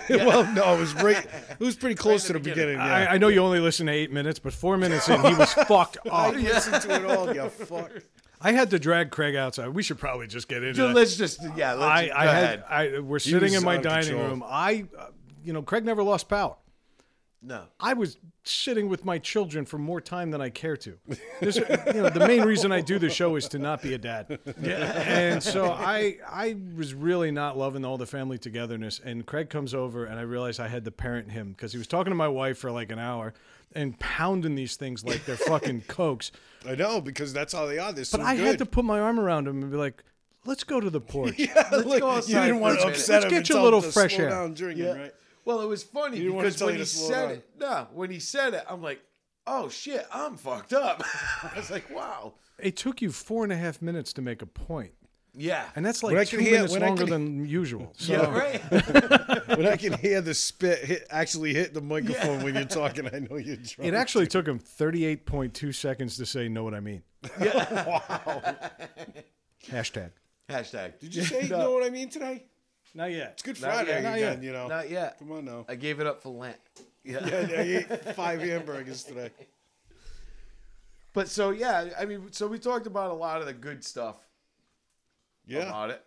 well, no, it was right. It was pretty close to
the
the beginning.
beginning.
yeah.
I, I know you only listen to eight minutes, but four minutes in, he was fucked up.
listened to it all. You fuck.
I had to drag Craig outside. We should probably just get into.
Dude,
that.
let's just yeah. Let's
I,
go
I
ahead.
had. I we're sitting
was
in my
out of
dining
control.
room. I, uh, you know, Craig never lost power.
no.
I was sitting with my children for more time than I care to. This, you know, the main reason I do the show is to not be a dad. And so I, I was really not loving all the family togetherness. And Craig comes over, and I realized I had to parent him because he was talking to my wife for like an hour and pounding these things like they're fucking cokes.
I know because that's how they are. They're so
But I
good.
had to put my arm around him and be like, "Let's go to the porch."
Like,
go
you
outside
didn't
for
want
a
to
minute.
upset
Let's
him.
get
and
you a
tell
little
him to
fresh
slow
air.
Down drinking, right?
Well, it was funny
didn't want to
because
tell
when
you
he
to slow
said
down.
it, no, when he said it, I'm like, oh shit, I'm fucked up. I was like, wow.
It took you four and a half minutes to make a point,
Yeah.
and that's
When I
like two
could hear-
minutes
when I
longer
could-
than usual. So
yeah, right.
When I can hear the spit hit, actually hit the microphone when you're talking, I know you're drunk.
it actually took him thirty-eight point two seconds to say, "Know what I mean?" wow. Hashtag.
Hashtag.
Did you say? You know what I mean today?
Not yet.
It's Good
Not
Friday
yet,
not
again.
yet.
You know.
Not yet.
Come on now.
I gave it up for Lent. Yeah.
I ate five hamburgers today.
But so yeah, I mean, so we talked about a lot of the good stuff
Yeah.
about it,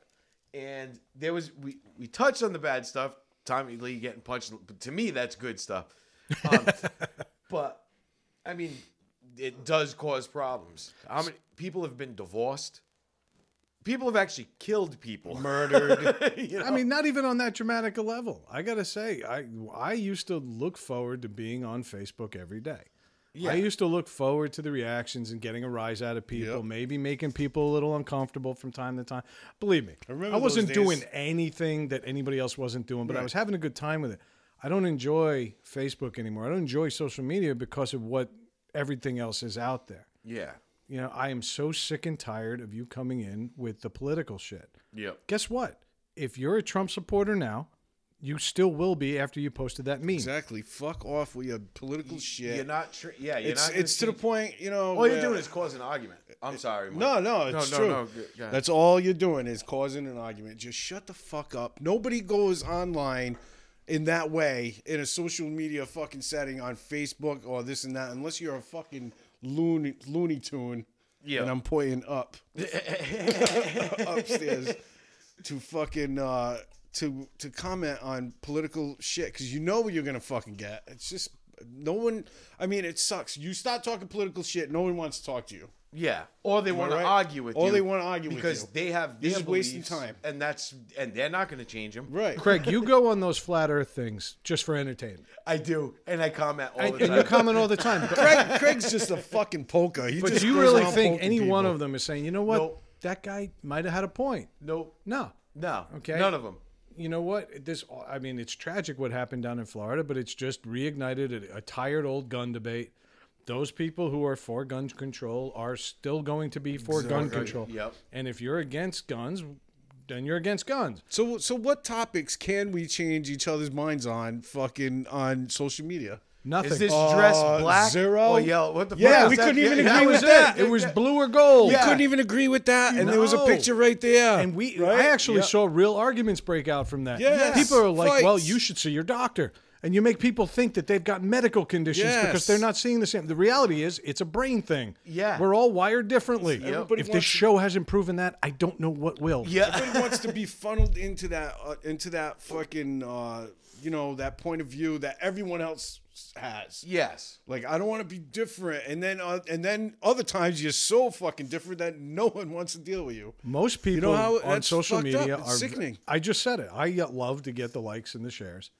and there was we we touched on the bad stuff. Tommy Lee getting punched. But to me, that's good stuff. Um, but I mean, it does cause problems. How many people have been divorced? People have actually killed people.
Murdered.
you know?
I mean, not even on that dramatic a level. I gotta say, I I used to look forward to being on Facebook every day. I used to look forward to the reactions and getting a rise out of people,
Yep.
maybe making people a little uncomfortable from time to time. Believe me, I,
remember those
wasn't
days.
doing anything that anybody else wasn't doing, but I was having a good time with it. I don't enjoy Facebook anymore. I don't enjoy social media because of what everything else is out there.
yeah.
You know, I am so sick and tired of you coming in with the political shit
Yep.
guess what? If you're a Trump supporter now, you still will be after you posted that meme.
exactly. Fuck off with your political shit.
You're not. Tr- yeah. You're
it's
not gonna
it's to the
see-
point, you know.
All you're
where-
doing is causing an argument. I'm sorry. Mike.
No, no, it's
no,
true.
no, go- go ahead.
That's all you're doing is causing an argument. Just shut the fuck up. Nobody goes online in that way in a social media fucking setting on Facebook or this and that unless you're a fucking loony looney tune.
Yeah.
And I'm pointing up upstairs to fucking uh to to comment on political shit because you know what you're gonna fucking get. It's just no one. I mean, it sucks. You start talking political shit, no one wants to talk to you.
Yeah, or they want
right?
to argue with
Or
you.
they wanna argue with
because
you.
they have
You're
their
just wasting
beliefs,
time.
and that's and they're not going to change them.
Right.
Craig, you go on those flat earth things just for entertainment.
I do, and I comment all
And,
the
and
time.
you comment all the time. But,
Craig, Craig's just a fucking poker. He
but
just
do you
goes
really
around
think
poking
any one
people.
of them is saying, you know what?
Nope.
That guy might have had a point.
no,
No.
no,
Okay.
none of them.
You know what? This, I mean, it's tragic what happened down in Florida, but it's just reignited a, a tired old gun debate. Those people who are for gun control are still going to be for gun control.
Yep.
And if you're against guns, then you're against guns.
So, so what topics can we change each other's minds on? Fucking on social media.
Nothing. Oh,
Is this dress
Uh,
black
zero?
or yellow? What the fuck?
Yeah, we
is that?
couldn't even
Yeah,
agree
that
with
was
that.
It was blue or gold.
Yeah.
Couldn't even agree with that, and there was a
No.
picture right there.
And we,
right?
I actually
Yeah.
saw real arguments break out from that.
Yes.
People are like, well,
Fights.
you should see your doctor. And you make people think that they've got medical conditions
Yes.
because they're not seeing the same. The reality is, it's a brain thing.
Yeah.
We're all wired differently.
Everybody
If this
wants to-
show hasn't proven that, I don't know what will.
Yeah,
Everybody wants to be funneled into that uh, into that fucking uh, you know that point of view that everyone else has.
yes.
Like I don't want to be different, and then uh, and then other times you're so fucking different that no one wants to deal with you.
Most people
know how-
on
that's
social
fucked up.
media
It's
are
sickening.
I just said it. I uh, love to get the likes and the shares.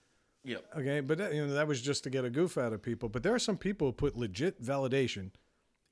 Yep.
Okay, but that, you know that was just to get a goof out of people. But there are some people who put legit validation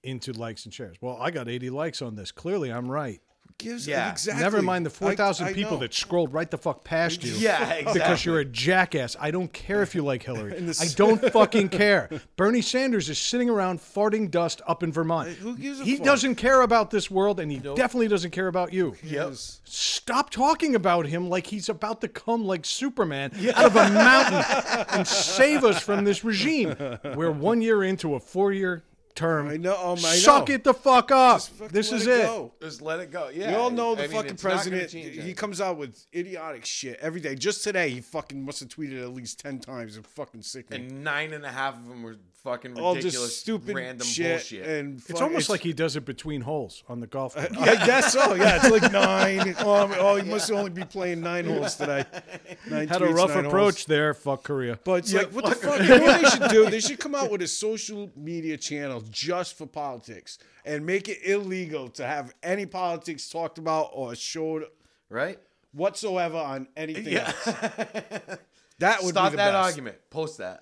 into likes and shares. Well, I got 80 likes on this. Clearly, I'm right.
gives
Yeah.
exactly?
Never mind the four
I- I
thousand people
know.
that scrolled right the fuck past you.
Yeah, exactly.
Because you're a jackass. I don't care if you like Hillary.
And this-
I don't fucking care. Bernie Sanders is sitting around farting dust up in Vermont.
who gives a
he
fuck?
doesn't care about this world, and he definitely doesn't care about you.
Yes.
Stop talking about him like he's about to come like Superman out of a mountain and save us from this regime. We're one year into a four-year term.
I know, um, I
Suck
know.
it the fuck up.
Fucking
This
let
is it.
go.
Just let it go. Yeah.
We all know the
I mean,
fucking
it's not gonna
president.
change
He
anything.
comes out with idiotic shit every day. Just today, he fucking must have tweeted at least ten times. It fucking sickening.
and nine and a half of them were fucking
All
ridiculous,
just stupid
random
shit.
bullshit.
And
It's
fuck-
almost like he does it between holes on the golf. course.
I guess so. Yeah, it's like nine. Oh, I'm- oh, he must only be playing nine holes today. Nine
Had a
tweets,
rough
nine holes.
approach there. Fuck Korea.
But it's like, what the fuck? You know what they should do? They should come out with a social media channel just for politics and make it illegal to have any politics talked about or showed
right?
whatsoever on anything
Yeah.
else. That would
Stop that
be the best.
argument. Post that.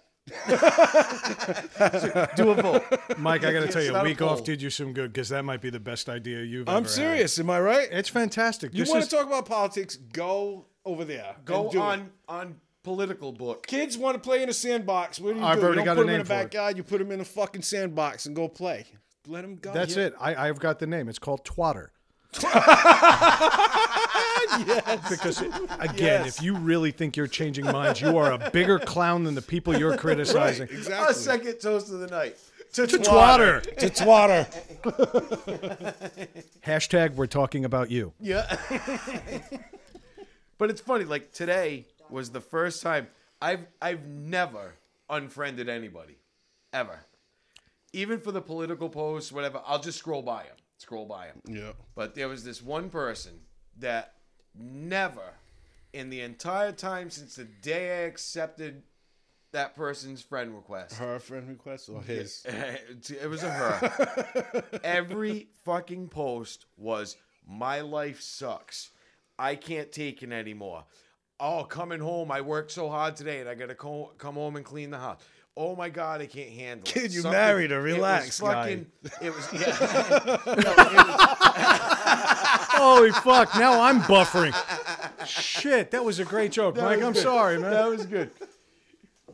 Do a vote.
Mike, I got to tell you,
not a
week off
poll.
did you some good because that might be the best idea you've.
I'm
ever had.
serious. Am I right?
It's fantastic.
you
This
want
is-
to talk about politics? Go over there.
Go
and do
on
it.
on political book.
Kids want to play in a sandbox. What do you
I've
do? You
already
don't
got a
put them in
name
the
for it.
backyard. You put them in a fucking sandbox and go play. Let them
Oh,
go.
That's it. I, I've got the name. It's called Twatter. Because it- again,
Yes.
if you really think you're changing minds, you are a bigger clown than the people you're criticizing.
A
Exactly.
second toast of the night. To,
Twatter.
It's water.
Hashtag we're talking about you.
Yeah. but it's funny. Like today was the first time I've I've never unfriended anybody, ever. Even for the political posts, whatever. I'll just scroll by them. Scroll by them.
Yeah.
But there was this one person that never, in the entire time since the day I accepted that person's friend request,
Her friend request or his?
it was a her. Every fucking post was my life sucks. I can't take it anymore. Oh, coming home, I worked so hard today, and I gotta co- come home and clean the house. Oh my god, I can't handle it.
Kid, you married her.
it was
Relax, guy.
fucking- It was. Yeah. No, it was-
Holy fuck! Now I'm buffering. Shit, that was a great joke, Mike. I'm sorry, man.
That was good.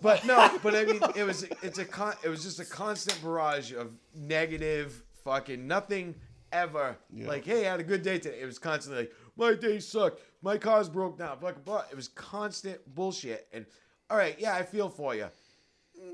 But no, but I mean, it was it's a con, it was just a constant barrage of negative fucking nothing ever. Like, hey, I had a good day today. It was constantly like, my day sucked, my car's broke down, fucking blah. It was constant bullshit. And all right, yeah, I feel for you.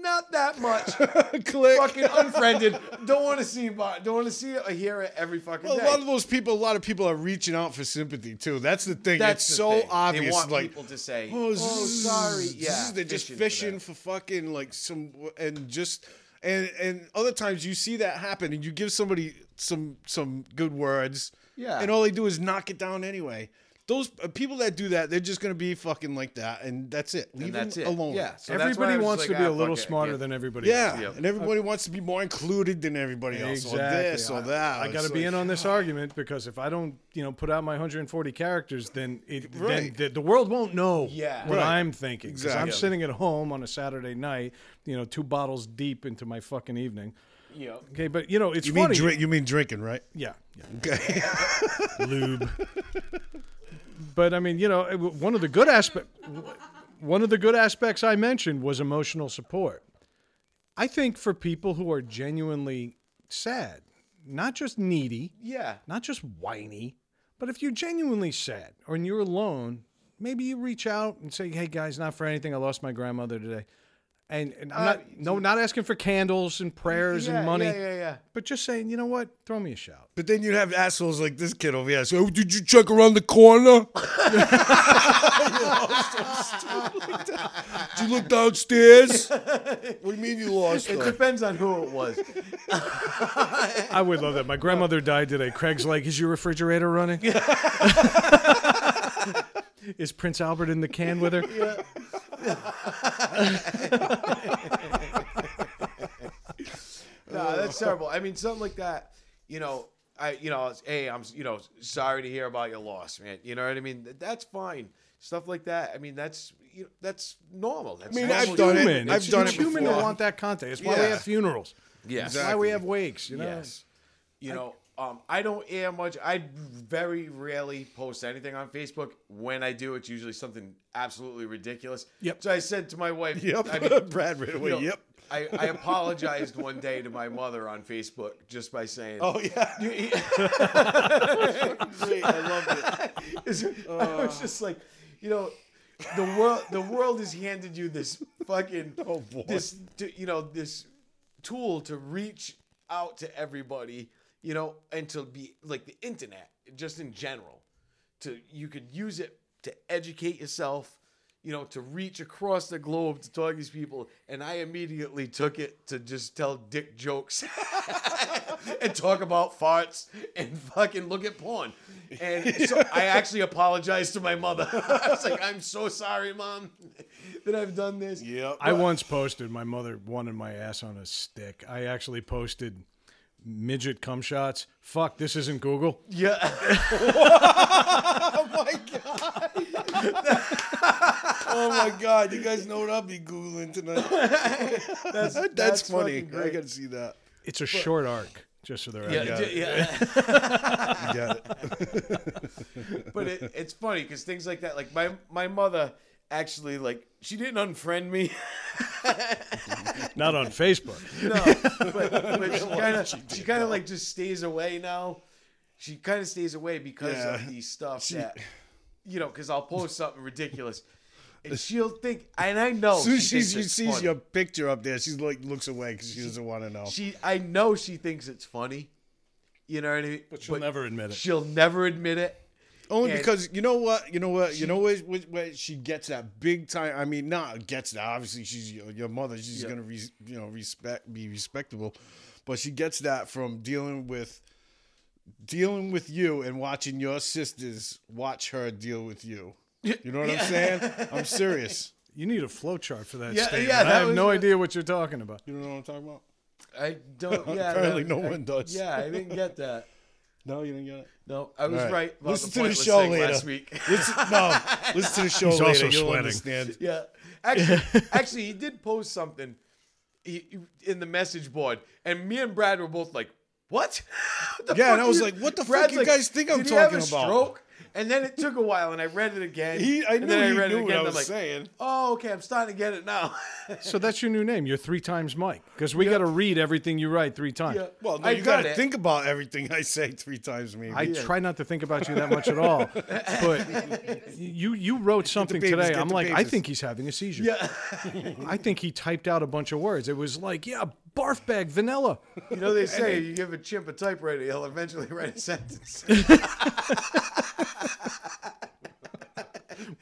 Not that much.
Click.
fucking unfriended. Don't want to see, but don't want to see it or hear it every fucking
Well,
day.
a lot of those people, a lot of people are reaching out for sympathy too. That's the thing.
That's
it's
the
so
thing.
obvious.
They want
like,
people to say,
oh,
"Oh,
zzz,
sorry."
zzz,
Yeah,
they're just
fishing for
fishing
that.
for, fucking like some and just and and other times you see that happen and you give somebody some some good words.
Yeah.
and all they do is knock it down anyway. Those uh, people that do that, they're just gonna be fucking like that, and that's it. Leave
and that's
them
it.
alone.
Yeah. So that's why I
everybody
was just
wants
like,
to be
"Ah,
a little
fuck it, I
smarter
can't
than everybody. else.
Yeah,
Yep.
and everybody wants to be more included than everybody else, or this or that.
I, got to
It's
be
like-
in on this argument because if I don't, you know, put out my 140 characters, then it, then
Right.
the, the world won't know
Yeah.
what
Right.
I'm thinking. 'Cause I'm
Exactly.
sitting at home on a Saturday night, you know, two bottles deep into my fucking evening.
Yeah.
Okay, but you know, it's
You mean
funny.
drink? You mean drinking, right?
yeah, yeah,
Okay.
lube. but I mean, you know, it- one of the good aspect, one of the good aspects I mentioned was emotional support. I think for people who are genuinely sad, not just needy,
Yeah.
not just whiny, but if you're genuinely sad or and you're alone, maybe you reach out and say, "Hey guys, not for anything. I lost my grandmother today," and, and I'm
Uh,
not no not asking for candles and prayers
Yeah,
and money,
Yeah, yeah, yeah.
but just saying, you know what? Throw me a shout.
But then you'd have assholes like this kid over here. So, "Oh, did you check around the corner? You know, so stupid like that. Did you look downstairs? What do you mean you lost
It
her?
depends on who it was.
I would love that. My grandmother died today. Craig's like, "Is your refrigerator running?" Is Prince Albert in the can with her?
No, that's terrible. I mean, something like that. You know, I, you know, it's, hey, I'm, you know, sorry to hear about your loss, man. You know what I mean? Th- That's fine. Stuff like that. I mean, that's, you know, that's normal. That's
I mean,
normal.
I've done it.
human.
I've
it's,
done
it's
it
human to
before.
want that contact. It's why we
Yeah.
have funerals.
Yes.
It's why we have wakes. You know.
Yes. You know, Um, I don't air much. I very rarely post anything on Facebook. When I do, it's usually something absolutely ridiculous.
Yep.
So I said to my wife,
Yep.
I mean,
Brad right away.
you know,
yep.
I, I apologized one day to my mother on Facebook just by saying,
Oh yeah. Great. I love it. Oh.
It's- I was just like, you know, the world the world has handed you this fucking
Oh, boy.
this to, you know this tool to reach out to everybody, you know, and to be like the internet just in general. To you could use it to educate yourself, you know, to reach across the globe to talk to these people. And I immediately took it to just tell dick jokes and talk about farts and fucking look at porn. And so I actually apologized to my mother. I was like, I'm so sorry, mom, that I've done this.
Yep.
I once posted my mother wanted my ass on a stick. I actually posted midget cum shots. Fuck, this isn't Google.
Yeah.
oh my god, you guys know what I'll be googling tonight. that's,
that's
funny.
fucking great.
I gotta see that.
It's a short arc, just so they're
Yeah,
yeah.
d- yeah.
You got it.
but it, it's funny because things like that, like my my mother actually like she didn't unfriend me,
not on Facebook.
no, but, but she kind of she kind of like just stays away now. She kind of stays away because
Yeah.
of these stuff that you know, because I'll post something ridiculous. And she'll think, and I know
As soon as
she
she,
thinks
she
it's
sees
funny.
your picture up there, she like looks away because she doesn't want to know.
She, I know she thinks it's funny. You know what I mean? But
She'll never admit it.
She'll never admit it.
Only
and-
because you know what, you know what, you know where, where, where she gets that big time. I mean, not gets that. Obviously, she's your, your mother. She's
Yeah.
gonna re, you know respect be respectable, but she gets that from dealing with dealing with you and watching your sisters watch her deal with you. You know what I'm saying? I'm serious.
You need a flowchart for that
Yeah,
statement.
yeah, that
I have
was
no
the-
idea what you're talking about.
You know what I'm talking about?
I don't. Yeah,
Apparently
that-
no
I-
one does.
Yeah, I didn't get that.
No, you didn't get it.
No, I was
All
right.
right.
about
Listen
the
to the
pointless
show
thing
later.
last week.
Listen, no, listen to the show
He's
later.
also
You'll
sweating.
understand.
yeah, actually, actually, he did post something he- he- in the message board, and me and Brad were both like, "What?" What the
Yeah, and
fuck
I
are
was like, what the fuck you guys think I'm
did he have a
talking about?"
Stroke? And then it took a while, and I read it again.
He, I
and
knew
then
he
I read it again.
knew what I
and
was
I'm like,
saying.
"Oh, okay, I'm starting to get it now."
So that's your new name. You're three times Mike because we got to read everything you write three times.
Yeah.
Well, no,
I
you
got
got to
it.
think about everything I say three times, maybe.
I try not to think about you that much at all, but you you wrote something
pages,
today.
get
I'm
the
like, I
pages.
think he's having a seizure.
yeah,
I think he typed out a bunch of words. It was like, yeah, barf bag, vanilla.
you know they say you give a chimp a typewriter, he'll eventually write a sentence.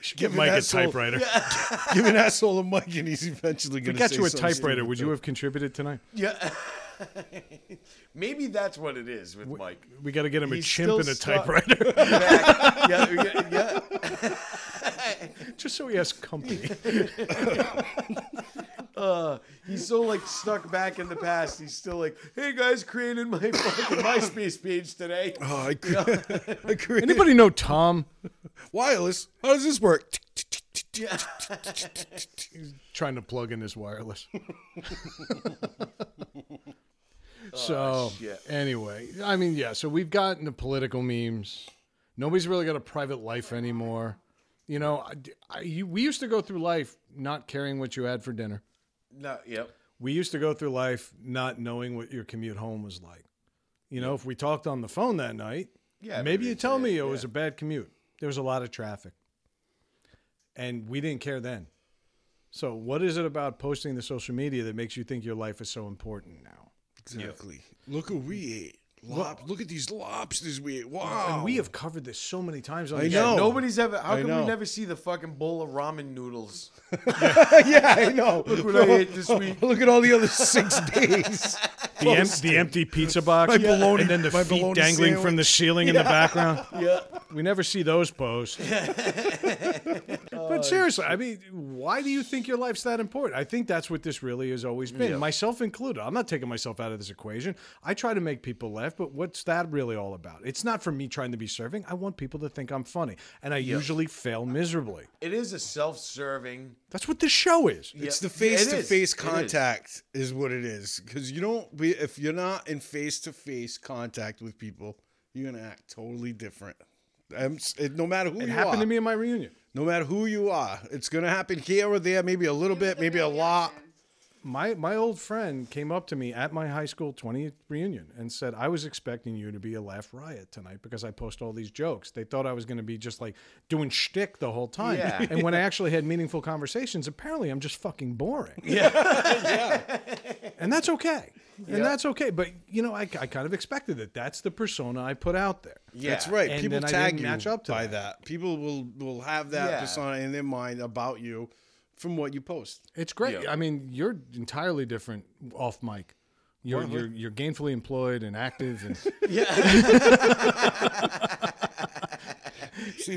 Should give
Give him that soul.
Yeah.
Give an asshole a mic and he's eventually going to
Got you a typewriter. Would you have contributed tonight?
yeah, maybe that's what it is with Mike.
We got to get him
He's
a chimp
still
and a
stuck.
typewriter
yeah, yeah, yeah.
just so he has company.
Uh, he's so like stuck back in the past. He's still like, "Hey guys, created my fucking MySpace page today."
Oh, I, cre- I created
Anybody know Tom?
wireless. How does this work?
Yeah.
Trying to plug in his wireless. so
shit.
anyway, I mean, yeah. So we've gotten the political memes. Nobody's really got a private life anymore. You know, I, I- you, we used to go through life not caring what you had for dinner.
No, yep.
we used to go through life not knowing what your commute home was like. You know, if we talked on the phone that night,
Yeah,
maybe
maybe
you tell
it's-
me it was a bad commute. There was a lot of traffic. And we didn't care then. So what is it about posting to social media that makes you think your life is so important now?
Exactly. Look what we ate. Lob- look at these lobsters we ate. Wow.
And we have covered this so many times on
Oh. I
the
know. No.
Nobody's ever. How
I
come
know.
we never see the fucking bowl of ramen noodles?
yeah, I know. Look
what I ate this week.
Look at all the other six days.
the, em- the empty pizza box
My bologna-
and then the
my
feet
bologna
dangling from
sandwich.
the ceiling in the background.
Yeah.
Oh,
We never see those posts. but But seriously, I mean, why do you think your life's that important? I think that's what this really has always been, myself included. I'm not taking myself out of this equation. I try to make people laugh, but what's that really all about? It's not for me trying to be serving. I want people to think I'm funny, and I usually fail miserably.
It is a self-serving.
That's what this show is.
It's
Yeah,
the face
it
to
is,
face
it is.
contact is. what it is. Because you don't be if you're not in face to face contact with people, you're gonna act totally different. Um, s- it, no matter who
It
you
happened
are,
to me in my reunion.
no matter who you are, it's gonna happen here or there, maybe a little bit, maybe a lot.
My my old friend came up to me at my high school 20th reunion and said, "I was expecting you to be a laugh riot tonight because I post all these jokes. They thought I was going to be just like doing shtick the whole time.
Yeah.
And when I actually had meaningful conversations, apparently I'm just fucking boring. and that's okay. And that's okay. But you know, I, I kind of expected it. That's the persona I put out there.
Yeah,
That's right.
And
People
then I
tag
didn't
you
match up to
by that. People will will have that
Yeah.
persona in their mind about you from what you post.
It's great.
Yeah.
I mean, you're entirely different off mic. You're, you're you're gainfully employed and active and.
See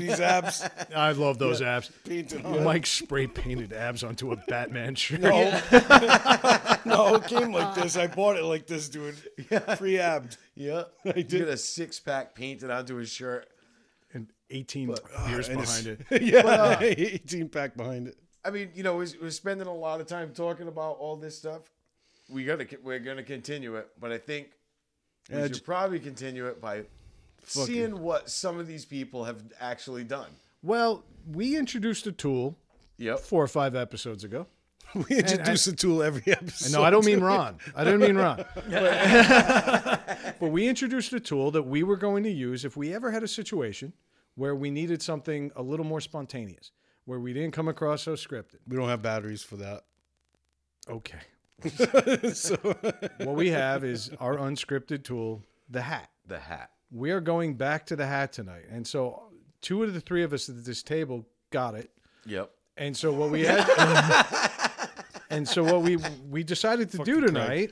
these abs
I love those abs.
painted on.
Mike spray painted abs onto a Batman shirt.
No. Oh. no, it came like this. I bought it like this, dude. Free abbed.
Yeah, I did. Get a six-pack painted onto his shirt.
And 18 years
uh, and
behind it.
it's- yeah, 18 uh, pack behind it.
I mean, you know, we're, we're spending a lot of time talking about all this stuff. We gotta, we're gonna continue it, but I think we
Yeah,
should
j-
probably continue it by seeing what some of these people have actually done.
Well, we introduced a tool
Yep.
four or five episodes ago.
We introduce a tool every episode.
No, I don't mean Ron. I don't mean Ron. but we introduced a tool that we were going to use if we ever had a situation where we needed something a little more spontaneous, where we didn't come across so scripted.
We don't have batteries for that.
Okay.
So
What we have is our unscripted tool, the hat.
The hat.
we are going back to the hat tonight. And so two of the three of us at this table got it.
Yep.
And so what we had And so what we we decided to do tonight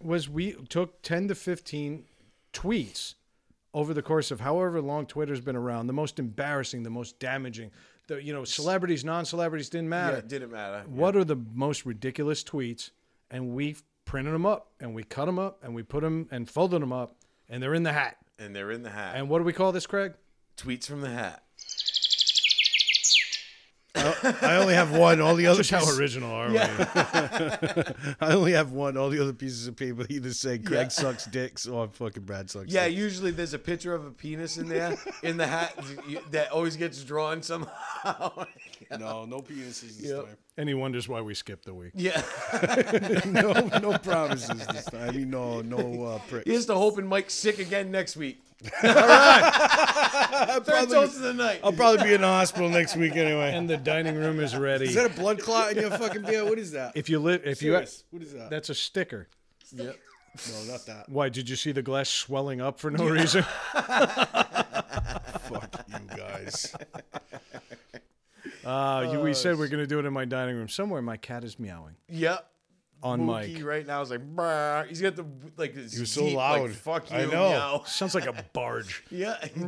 was we took 10 to 15 tweets over the course of however long Twitter's been around, the most embarrassing, the most damaging, the you know, celebrities, non-celebrities didn't matter.
It didn't matter.
What are the most ridiculous tweets? And we printed them up and we cut them up and we put them and folded them up and they're in the hat.
And they're in the hat.
And what do we call this, Craig?
tweets from the hat.
I only have one. All the other
Just how
pieces-
original are
I only have one. All the other pieces of paper either say Craig sucks dicks or fucking Brad sucks.
Yeah,
dicks.
usually there's a picture of a penis in there in the hat you- that always gets drawn somehow.
No, no penises this time.
we? And he wonders why we skipped a week.
yeah,
No, no promises this time. I mean, no, no uh, pricks.
here's to hoping Mike's sick again next week. All right, third
Probably-
toast of the night.
I'll probably be in the hospital next week anyway.
And the dining room is ready.
Is that a blood clot in your fucking beer? What is that?
if you li- if you
Serious. what is that?
that's a sticker.
Yep.
no, not that.
Why did you see the glass swelling up for no reason?
Fuck you guys.
Uh, you, we said we're going to do it in my dining room somewhere. My cat is meowing
Yep.
on
Mookie
mic.
right now is like, Brr. he's got the like this. He
was so loud.
Fuck you.
I know.
meow.
Sounds like a barge.
Yeah, he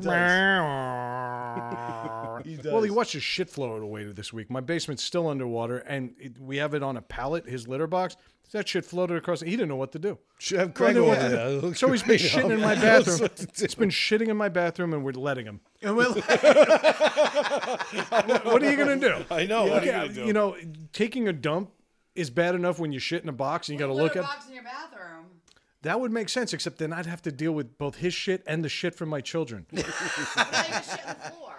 does.
well, he watches shit flow away this week. My basement's still underwater, and it, we have it on a pallet. His litter box. That shit floated across. He didn't know what to do.
Should have Craig
Wonder what
over
to
there.
do.
Look
So he's been
right
shitting
up.
in my
He knows
bathroom.
what to do.
It's been shitting in my bathroom, and we're letting him.
And we're like,
What are you gonna do?
I know. what are you gonna do?
You know, taking a dump is bad enough when you shit in a box and you got to
Put
look
a
at.
box in your bathroom.
That would make sense, except then I'd have to deal with both his shit and the shit from my children,
What about your shit on the floor?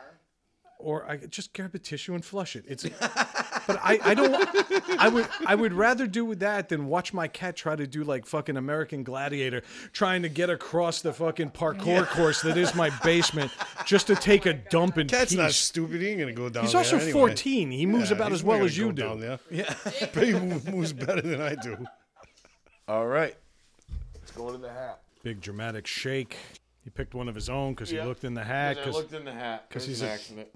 or I could just grab a tissue and flush it. It's, but I, I don't. I would I would rather do with that than watch my cat try to do like fucking American Gladiator, trying to get across the fucking parkour course that is my basement, just to take a dump and
Cat's
peace.
not stupid. He ain't gonna go down
He's
there
also
anyway.
14. He moves
Yeah,
about
he's
as
not
well
gonna
as you
go
do.
down there. Yeah. he move- moves better than I do.
all right, let's go to the hat.
Big dramatic shake. He picked one of his own because he looked in the hat.
'Cause I
Cause,
looked in the hat. Because
he's
an
a-
accident.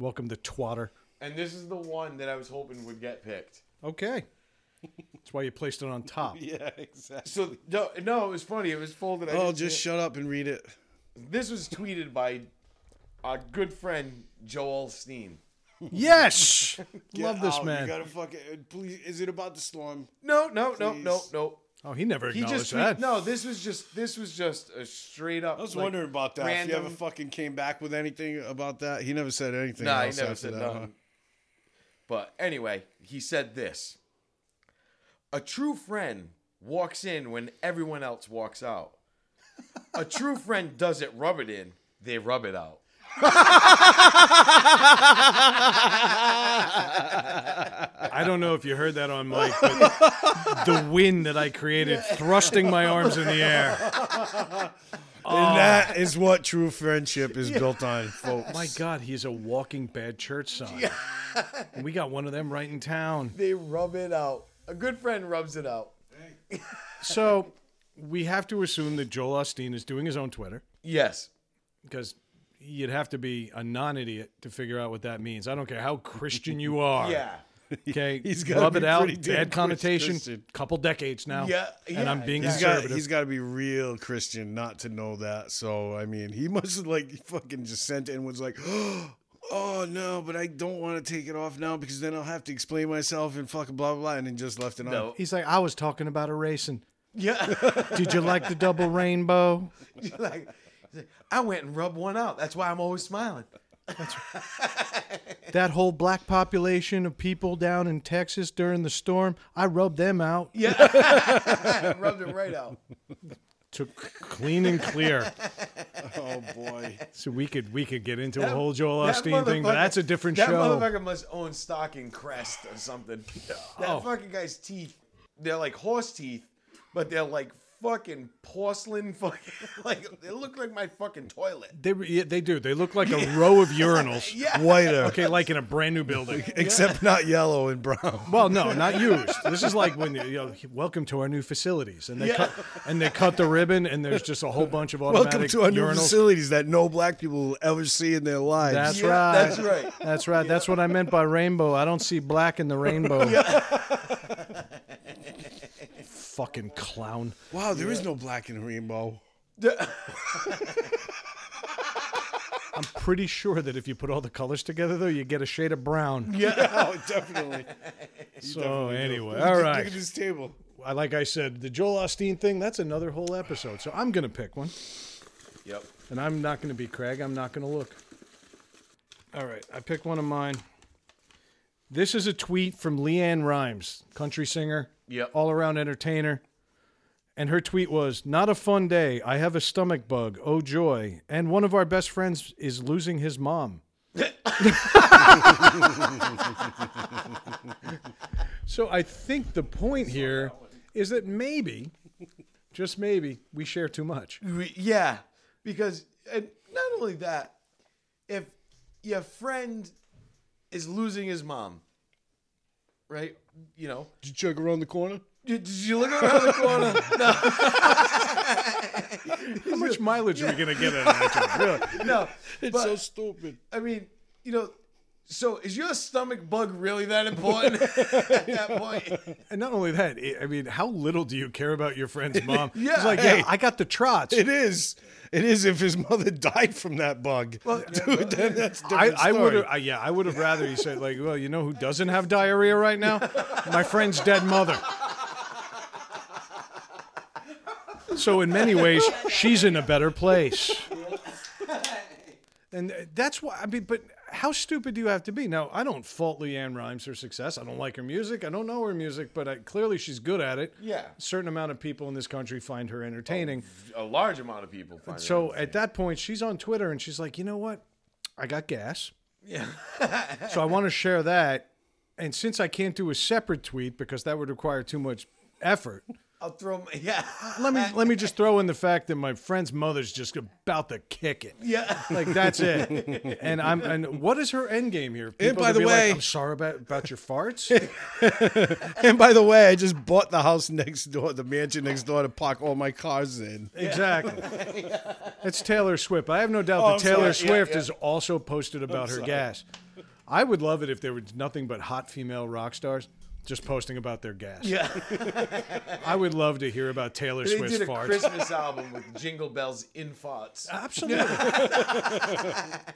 welcome to Twatter.
And this is the one that I was hoping would get picked.
Okay. That's why you placed it on top.
Yeah, exactly.
So no, no, it was funny. It was folded. I
Oh,
didn't
just
see
shut up and read it.
it. this was tweeted by our good friend Joel Steen.
Yes,
Get
love this
out.
man.
Oh, You gotta fucking please. Is it about the storm?
No, no, no, no,
Please.
no.
oh, he never
He
acknowledged
just
that.
tweet- no. This was just this was just a straight up.
I was wondering about that. If you
random-
ever fucking came back with anything about that, he never said anything.
Nah,
else
he never
after
said
that,
nothing.
huh?
But anyway, he said this: a true friend walks in when everyone else walks out. A true friend doesn't rub it in; they rub it out.
I don't know if you heard that on mic, but the wind that I created, thrusting my arms in the air.
And that is what true friendship is built on, folks.
My God, he's a walking bad church sign. And we got one of them right in town.
They rub it out. A good friend rubs it out.
So we have to assume that Joel Osteen is doing his own Twitter
Yes.
because you'd have to be a non-idiot to figure out what that means. I don't care how Christian you are.
Yeah.
Okay.
He's gotta
rub
be
it out.
pretty damn
Bad connotation.
Christian.
Couple decades now.
Yeah,
And
yeah,
I'm being
He's got,
conservative.
he's got to be real Christian not to know that. So I mean, he must have like fucking just sent it and was like, "Oh no, but I don't want to take it off now because then I'll have to explain myself and fucking blah blah,", blah and then just left it on.
No.
He's like, I was talking about erasing.
Yeah.
Did you like the double rainbow?
He's like, he's like, I went and rubbed one out. That's why I'm always smiling.
That whole black population of people down in Texas during the storm, I rubbed them out.
I rubbed it right out.
To clean and clear.
Oh boy,
So we could we could get into a whole Joel
That
Osteen thing, but
motherfucker-
that's a different
that
show.
motherfucker must own stock in Crest or something. That
Oh.
fucking guy's teeth, they're like horse teeth, but they're like fucking porcelain fucking like they look like my fucking toilet.
They re- yeah, they do. They look like a row of urinals.
whiter,
Okay, like in a brand new building.
except not yellow and brown.
Well, no, not used. This is like when you know, welcome to our new facilities, and they cut and they cut the ribbon, and there's just a whole bunch of automatic
Welcome to our new
urinals.
facilities that no black people will ever see in their lives.
That's
Yeah,
right.
that's right.
That's right. That's what I meant by rainbow. I don't see black in the rainbow. Fucking clown.
wow, there is no black in rainbow.
Pretty sure that if you put all the colors together, though, you get a shade of brown.
Yeah, oh, definitely.
So anyway,
Look
all
at-
right.
Look at this table.
I- like I said, the Joel Osteen thing, that's another whole episode. So I'm going to pick one,
Yep.
and I'm not going to be Craig. I'm not going to look. All right, I picked one of mine. This is a tweet from Leanne Rhymes, country singer,
Yep.
all around entertainer. And her tweet was, Not a fun day. I have a stomach bug. Oh, joy. And one of our best friends is losing his mom. so I think the point here is that maybe, just maybe, we share too much.
We- yeah, because and not only that, if your friend is losing his mom, right? You know,
Did you check around the corner?
did, did you look around the corner?
How much mileage are we going to get out of that? Really?
No,
It's
But-
so stupid.
I mean, you know, so is your stomach bug really that important at that point?
And not only that, I- I mean, how little do you care about your friend's mom?
Yeah.
It's like,
Hey.
yeah, I got the trots.
It is. It is if his mother died from that bug. Dude, then that's a
I,
different
I would
story.
have, yeah, I would have rather you said like, well, you know who doesn't have diarrhea right now? My friend's dead mother. So in many ways, she's in a better place. And that's why I mean, but how stupid do you have to be? Now, I don't fault Leanne Rhymes her success. I don't like her music. I don't know her music, but I, clearly she's good at it.
Yeah. Oh,
certain amount of people in this country find her entertaining.
A large amount of people. Find
So at that point, she's on Twitter and she's like, you know what? I got gas.
Yeah.
so I want to share that. And since I can't do a separate tweet because that would require too much effort,
I'll throw. My, yeah,
let me let me just throw in the fact that my friend's mother's just about to kick it.
yeah.
Like that's it. And I'm and what is her end game here? People
by
to
the
be
way-
like, I'm sorry about about your farts.
and by the way, I just bought the house next door, the mansion next door to park all my cars in.
exactly. It's Taylor Swift. I have no doubt
Oh, I'm
that Taylor
sorry.
Swift is also posted about her
sorry.
gas. I would love it if there was nothing but hot female rock stars. just posting about their gas.
Yeah.
I would love to hear about Taylor
They
Swift's
did a
farts.
Christmas album with Jingle Bells in farts.
Absolutely.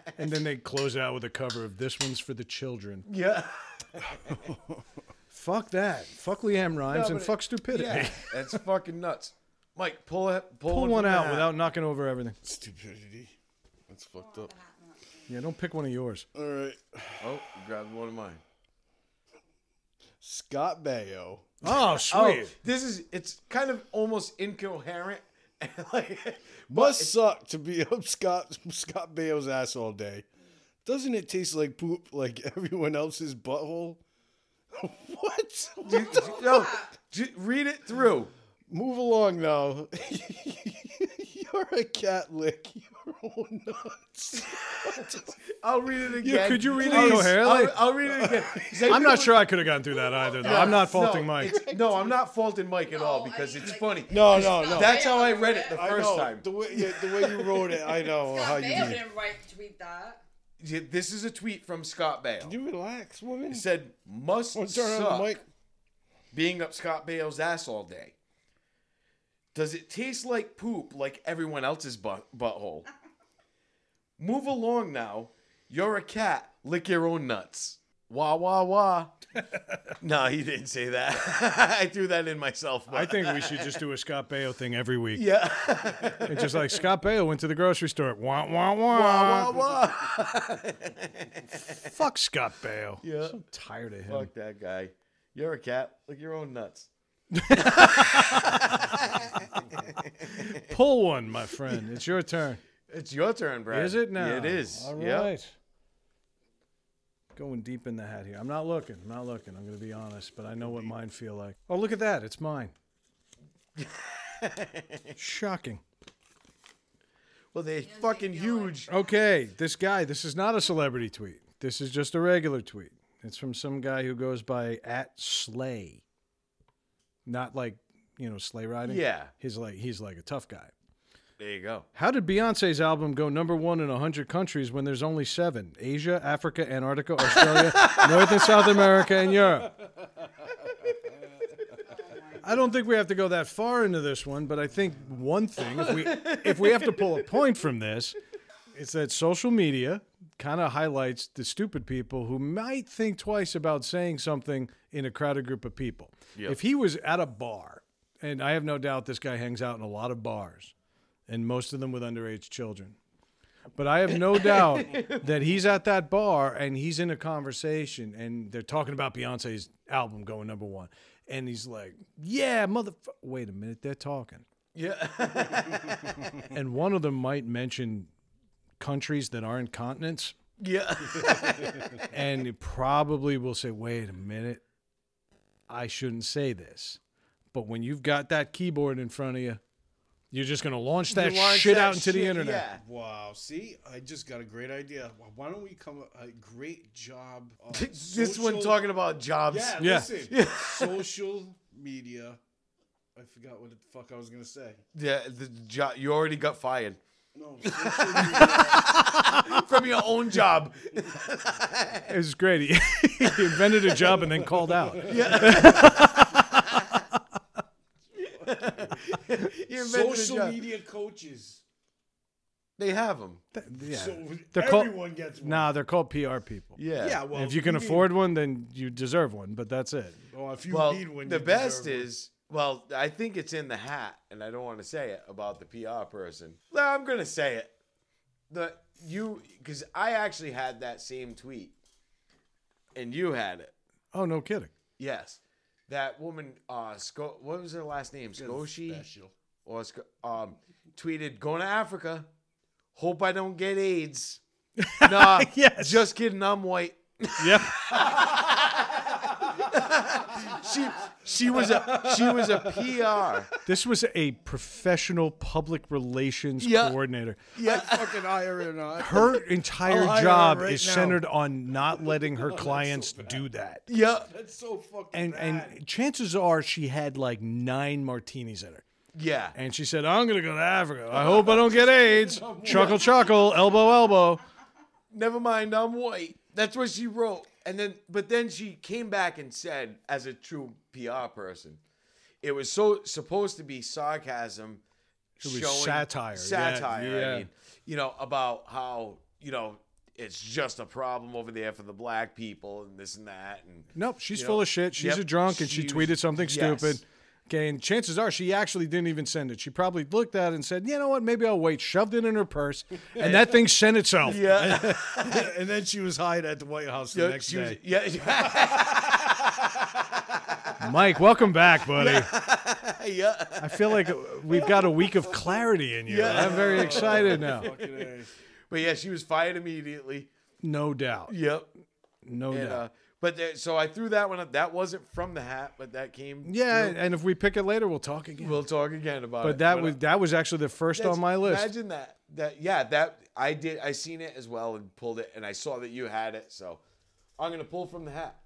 and then they close it out with a cover of "This One's for the Children."
Yeah.
Fuck that. Fuck Liam Rhymes and
but it-
fuck stupidity.
Yeah. That's fucking nuts. Mike, pull it, pull,
Pull
one
one
from the
out
hat.
without knocking over everything.
Stupidity. That's fucked up.
Yeah, don't pick one of yours.
All right.
Oh, you grabbed one of mine.
Scott Baio.
Oh, sweet.
this is it's kind of almost incoherent. like,
Must suck to be up Scott Scott Baio's ass all day. Doesn't it taste like poop like everyone else's butthole? what?
you- no, ju- read it through.
Move along now. You're a cat lick. You're all nuts.
I'll read it again.
could you read it
Please.
incoherently?
I'll, I'll read it again. 'Cause
I'm not
everyone-
sure I could have gotten through that either, though. I'm not faulting
no,
Mike.
it's- No, I'm not faulting Mike at all
No, Oh, I
because
mean,
it's
like-
funny.
No, no, no.
That's how I read it the
I
first
know.
time.
The way, yeah, the way you wrote it, I know how
Scott
you
Baio
did. it.
didn't write tweet that.
Yeah, This is a tweet from Scott Bale.
You relax, woman.
It said, must
Wanna turn on
suck
the mic.
being up Scott Bale's ass all day. Does it taste like poop like everyone else's butt- butthole? Move along now. You're a cat. Lick your own nuts. Wah, wah, wah. no, he didn't say that. I threw that in myself. But
I think we should just do a Scott Baio thing every week.
Yeah.
And just like Scott Baio went to the grocery store. Wah, wah, wah.
wah, wah, wah.
Fuck Scott Baio.
Yeah.
I'm so tired of him.
Fuck that guy. You're a cat. Lick your own nuts.
Pull one, my friend. It's your turn.
It's your turn, Brad.
Is it now?
It is.
All right.
Yep.
Going deep in the hat here. I'm not looking. I'm not looking. I'm going to be honest, but I know what mine feel like. Oh, look at that. It's mine. Shocking.
Well, they're fucking huge.
Okay, this guy. This is not a celebrity tweet. This is just a regular tweet. It's from some guy who goes by at Slay. Not like you know sleigh riding.
Yeah.
He's like he's like a tough guy.
There you go.
How did Beyonce's album go number one in 100 countries when there's only seven? Asia, Africa, Antarctica, Australia, North and South America, and Europe. I don't think we have to go that far into this one, but I think one thing, if we, if we have to pull a point from this, it's that social media kind of highlights the stupid people who might think twice about saying something in a crowded group of people. If he was at a bar, and I have no doubt this guy hangs out in a lot of bars and most of them with underage children. But I have no doubt that he's at that bar and he's in a conversation and they're talking about Beyonce's album going number one. And he's like, yeah, motherfucker. Wait a minute, they're talking.
Yeah.
And one of them might mention countries that aren't continents.
yeah.
And it probably will say, wait a minute, I shouldn't say this. But when you've got that keyboard in front of you, you're just going to launch that
Launch
shit
that
out into the
shit,
internet.
yeah.
Wow. See, I just got a great idea. Why don't we come up a great job? Of
This one
social-
talking about jobs.
Yeah.
Yeah.
Listen, social media. I forgot what the fuck I was gonna say.
Yeah, the jo- you already got fired
No. Social media.
from your own job.
It was great. He, he invented a job and then called out.
You invented a
social
job.
media coaches.
They have them.
Yeah.
So
They're called-
everyone gets one.
nah, they're called PR people.
Yeah.
Yeah. Well,
if you can
mean-
afford one, then you deserve one, but that's it.
Well, oh, if you
Well,
need one,
the
you
best
deserve one.
is well, I think it's in the hat, and I don't want to say it about the PR person. No, I'm gonna say it. The you because I actually had that same tweet, and you had it.
Oh, no kidding.
Yes, that woman. Uh, Sco- what was her last name? Scoshi.
special.
or it's, um, tweeted, "Going to Africa. Hope I don't get AIDS." Nah,
Yes.
just kidding. I'm white.
Yeah.
She she was a she was a PR.
this was a professional public relations
Yeah.
coordinator.
Yeah. Fucking hire or not.
Her entire
I'll hire her
job
right
is
now. Oh,
centered on not letting her clients do that.
Yeah,
That's so fucking
And
bad.
and chances are she had like nine martinis in her.
yeah.
And she said, I'm going to go to Africa. I hope I don't get AIDS. Chuckle, chuckle, elbow, elbow.
Never mind. I'm white. That's what she wrote. And then, but then she came back and said, as a true PR person, it was so supposed to be sarcasm,
It was satire, yeah,
satire. I
yeah.
mean, you know about how you know it's just a problem over there for the black people and this and that and
Nope, she's
you
full
know,
of shit. She's
yep,
a drunk and she
she's-
tweeted something
yes.
stupid. Okay, and chances are she actually didn't even send it. She probably looked at it and said, you know what, maybe I'll wait, shoved it in her purse, and that thing sent itself.
Yeah.
and then she was hired at the White House the
Yeah,
next
she
day.
was- yeah,
Mike, welcome back, buddy.
yeah.
I feel like we've got a week of clarity in you. I'm very excited now.
Fucking A.
But yeah, she was fired immediately.
No doubt.
Yep.
No
And,
doubt.
uh, but there, so I threw that one up. That wasn't from the hat, but that came.
yeah,
through.
and if we pick it later, we'll talk again.
we'll talk again about it.
but that was
uh,
that was actually the first on
that's-
my list.
Imagine that. That yeah, that I did. I seen it as well and pulled it, and I saw that you had it. So I'm gonna pull from the hat.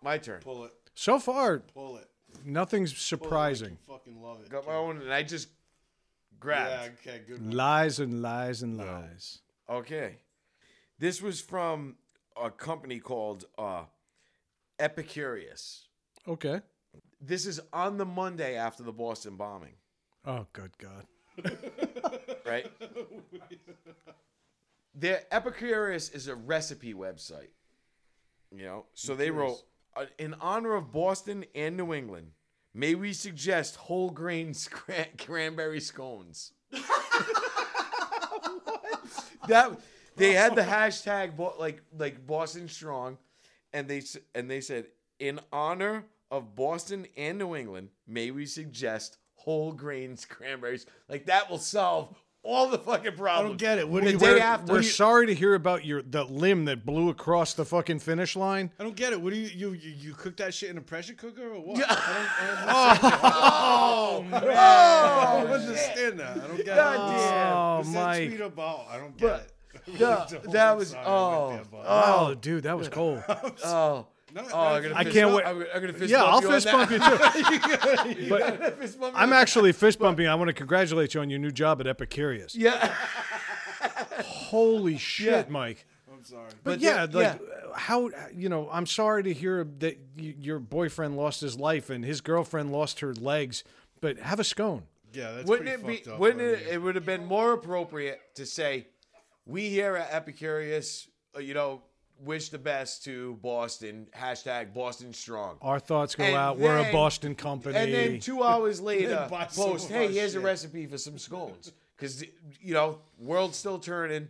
My turn.
Pull it.
So far,
Pull it.
nothing's
Pull it like you
surprising.
Fucking love it.
Got my own, and I just
Yeah,
grabbed.
okay, good. one.
Lies and lies and lies.
Okay. This was from a company called uh, Epicurious.
Okay.
This is on the Monday after the Boston bombing,
Oh, good God.
right? Their Epicurious is a recipe website. You know, so they wrote "Uh, in honor of Boston and New England, may we suggest whole grain cran- cranberry scones. That they had the hashtag Bo- like like Boston Strong, and they s- and they said in honor of Boston and New England, may we suggest whole grains cranberries. Like that will solve all the fucking problems.
get it. What do
the
you-
day
where-
after?
We're sorry to hear about your the limb that blew across the fucking finish line.
I don't get it. What do you you you, you cook that shit in a pressure cooker or what?
Yeah.
I don't,
oh,
I
man.
don't understand that. I don't get
Oh, God
it.
damn.
Oh,
What's that
Mike.
tweet about? I don't get it. I really
yeah,
don't.
that
I'm
was-
sorry, I went
oh,
there, but-
Oh, dude, that was cold.
Oh.
Not-
Oh, I'm
not
gonna
I
fist
can't
bump-
wait.
I'm, gonna- I'm gonna fist
yeah, I'll
bump
fist
you on
bump you too.
that.
but-
Gonna fist bump
I'm
you?
actually fist bumping. I want to congratulate you on your new job at Epicurious.
Yeah.
Holy shit, Mike.
I'm sorry.
But,
But
yeah,
the-
like how you know, I'm sorry to hear that y- your boyfriend lost his life and his girlfriend lost her legs, but have a scone.
Yeah, that's
wouldn't it
pretty
be?
fucked up.
Wouldn't
I
it?
mean,
It would have been more appropriate to say, "We here at Epicurious, uh, you know, wish the best to Boston." Hashtag Boston Strong.
Our thoughts go
And
out. We're a
then-
Boston company.
And then two hours later,
buy some
post,
of
"Hey,
our
here's
shit."
a recipe for some scones," because you know, world's still turning.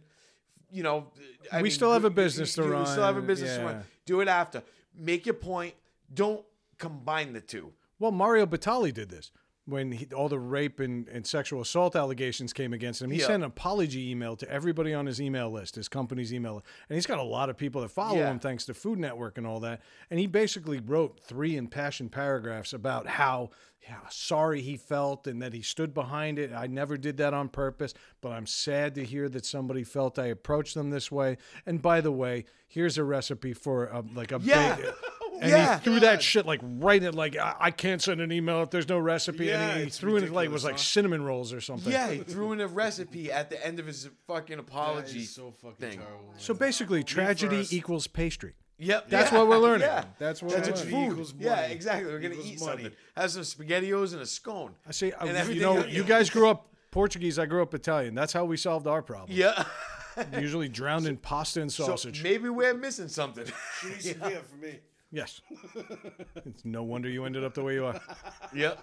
You know, I
We
mean,
still have a
you-
business to
you, We still have a
run,
business to
yeah.
run. Do it after. Make your point. Don't combine the two.
well, Mario Batali did this when he, all the rape and, and sexual assault allegations came against him. He
Yeah.
sent an apology email to everybody on his email list, his company's email, and he's got a lot of people that follow
Yeah.
him thanks to Food Network and all that. And he basically wrote three impassioned paragraphs about how, how sorry he felt and that he stood behind it. I never did that on purpose, but I'm sad to hear that somebody felt I approached them this way. And by the way, here's a recipe for a, like a
Yeah.
big. And
Yeah.
he threw that shit like right at like I, I can't send an email if there's no recipe.
Yeah,
and he, he
it's
threw in like
ridiculous,
was like
huh?
cinnamon rolls or something.
Yeah, he threw in a recipe at the end of his fucking
that
apology.
is so fucking
thing.
terrible.
So basically, tragedy
first.
equals pastry.
Yep,
That's
yeah,
what we're learning.
Yeah.
That's what
That's
we're
what
learning.
you-
Food.
Equals
Yeah,
money.
exactly. We're gonna
Equals
eat
money.
something. Have some spaghettios and a scone.
I see.
And
I, you
everything
know,
else-
you guys grew up Portuguese. I grew up Italian. That's how we solved our problem.
Yeah.
Usually drowned in pasta and
So
sausage.
maybe we're missing something.
yeah, for me.
yes. it's no wonder you ended up the way you are.
yep.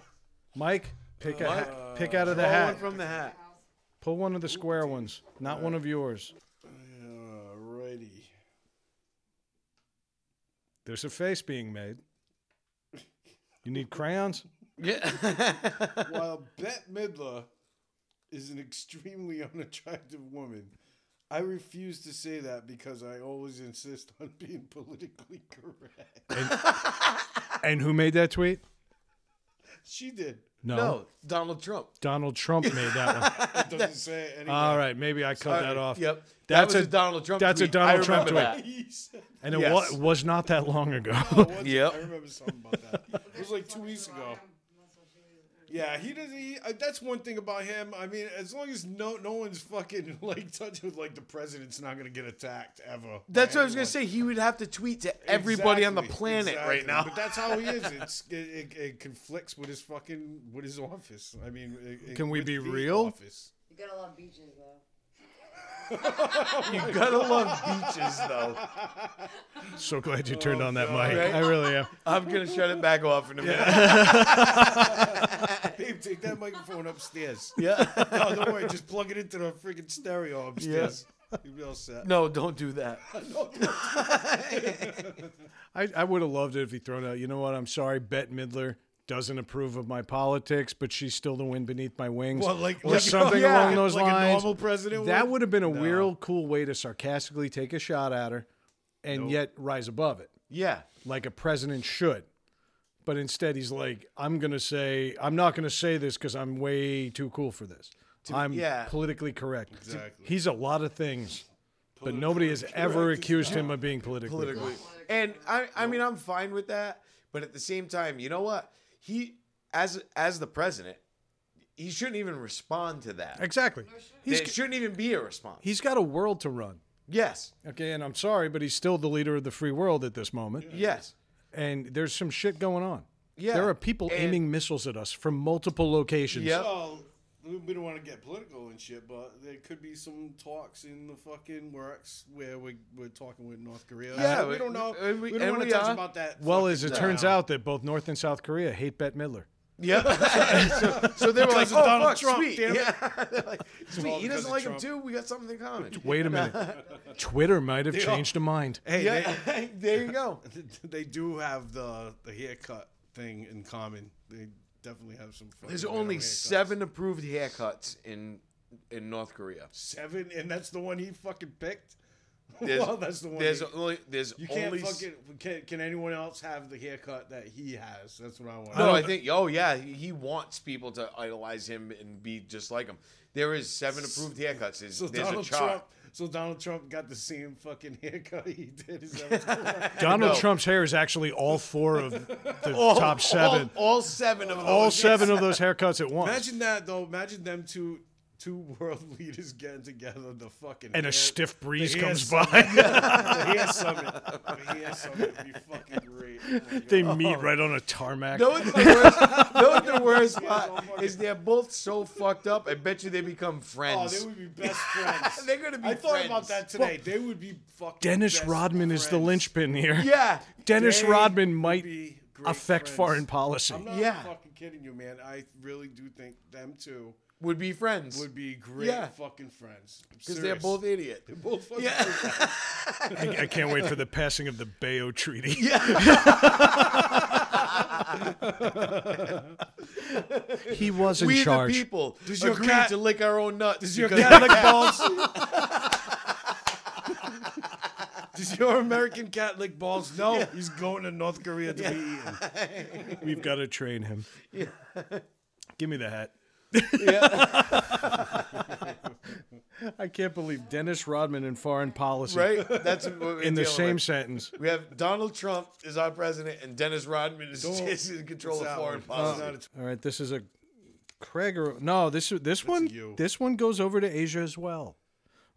Mike, pick a hat pick out of the
Uh, Pull one
hat.
from the hat.
Pull one of the square ones, not one of yours.
Alrighty.
There's a face being made. You need crayons.
Yeah.
While Bette Midler is an extremely unattractive woman, I refuse to say that because I always insist on being politically correct.
And who made that tweet?
She did.
No.
no, Donald Trump.
Donald Trump made that one.
It doesn't say it anywhere.
Uh,
All right, maybe I cut that
Alright,
off.
Yep. that
That's
was
a-
a Donald Trump.
that's a
tweet. I
Donald Trump
remember
tweet.
He said-
And it
Yes.
wa- was not that long ago.
Oh, what's-
Yep.
I remember something about that. It was like two weeks ago. Yeah, he doesn't. He, uh, that's one thing about him. I mean, as long as no no one's fucking like touching, like the president's not gonna get attacked ever.
That's
by
what I was gonna
anyone.
say. He would have to tweet to everybody on the
Exactly,
planet right
exactly.
now.
But that's how he is. It's it, it, it conflicts with his fucking with his office. I mean, it- it-
Can we
with
be
the
real?
Office.
You gotta love beaches though.
you gotta love beaches, though.
So glad you turned on that
God.
mic.
Right?
I really am.
I'm gonna shut it back off in a minute.
Babe, take that microphone upstairs.
Yeah.
No, don't worry. Just plug it into the freaking stereo upstairs. You'll be all set.
No, don't do that.
I, I would have loved it if he thrown out. You know what? I'm sorry, Bette Midler doesn't approve of my politics, but she's still the wind beneath my wings,
Well, like-
or
like-
something
yeah,
along those
like a
lines.
normal president
That
would?
would have been a weird, cool way to sarcastically take a shot at her, and yet rise above it,
Yeah.
like a president should. But instead, he's like, "I'm gonna say, I'm not gonna say this because I'm way too cool for this. I'm
yeah.
politically correct.
Exactly.
He's a lot of things." But nobody has ever accused him of being politically,
Politically.
correct.
And I, I mean, I'm fine with that. But at the same time, you know what? He, as as the president, he shouldn't even respond to that.
Exactly. He's
There shouldn't even be a response.
he's got a world to run.
yes.
Okay, and I'm sorry, but he's still the leader of the free world at this moment.
Yes.
And there's some shit going on.
Yeah.
There are people
And-
aiming missiles at us from multiple locations.
Yep.
Well, we- we don't want to get political and shit, but there could be some talks in the fucking works where we, we're talking with North Korea.
Yeah,
So we,
we-
don't know.
and we-
We, don't
and
want
we
to touch
are.
about that.
Well,
fucking
as it
now.
turns out that both North and South Korea hate Bette Midler.
Yeah. so, so they were like,
Because of
"Oh,
Donald
fuck,
Trump,
sweet."
damn it.
Yeah. They're like, sweet.
all
He
because
doesn't
of
like
Trump.
him too. We got something in common.
Wait a minute. Twitter might have changed a mind.
Hey,
Yeah. there you go.
they, they do have the the haircut thing in common. They definitely have some. fucking
There's
random
only
haircuts.
seven approved haircuts in in North Korea.
Seven, and that's the one he fucking picked.
There's,
well, that's the one.
There's
he-
only there's
you can't
only s-
fucking. Can, can anyone else have the haircut that he has? That's what I want.
No, I think. Oh yeah, he he wants people to idolize him and be just like him. There is seven approved haircuts. There's,
So
there's
Donald
a chart.
Trump. So Donald Trump got the same fucking haircut he did. His episode.
Donald
No.
Trump's hair is actually all four of the top seven.
All, all seven of them.
All, seven of those haircuts at once.
imagine that though. Imagine them two two world leaders getting together. The fucking
and
hair-
a stiff breeze
hair
comes
summit.
by.
The hair summit. The hair summit would be fucking great. Oh my God.
they meet right on a tarmac.
Know what the worst, know what the worst
Yeah,
part
don't
is? They're both so fucked up. I bet you they become
Oh,
friends.
they would be best friends.
They're gonna be
I thought
friends.
about that today. they would be fucking.
Dennis
best
Rodman is the
friends.
linchpin here.
yeah,
Dennis
They
Rodman
would
might
be great
affect
friends.
foreign policy.
I'm not
Yeah.
fucking kidding you, man. I really do think them two
would be friends
would be great
Yeah.
fucking friends.
because they're both idiots.
both fucking
Yeah.
I, I can't wait for the passing of the Bayeux Treaty. he was in
we
charge.
the people
Does your
agreed
cat-
to lick our own nuts. Does
your cat lick balls? Does your American cat lick balls? No, he's going to North Korea to be eaten.
We've got to train him. Give me the hat. I can't believe Dennis Rodman and foreign policy
right? That's what we're
in the
dealing
same
with.
sentence.
We have Donald Trump is our president, and Dennis Rodman is,
Don't-
is in control
It's
of
that
foreign
one.
policy.
It's
All right, this is a Craig or no? This this one
you.
this one goes over to Asia as well.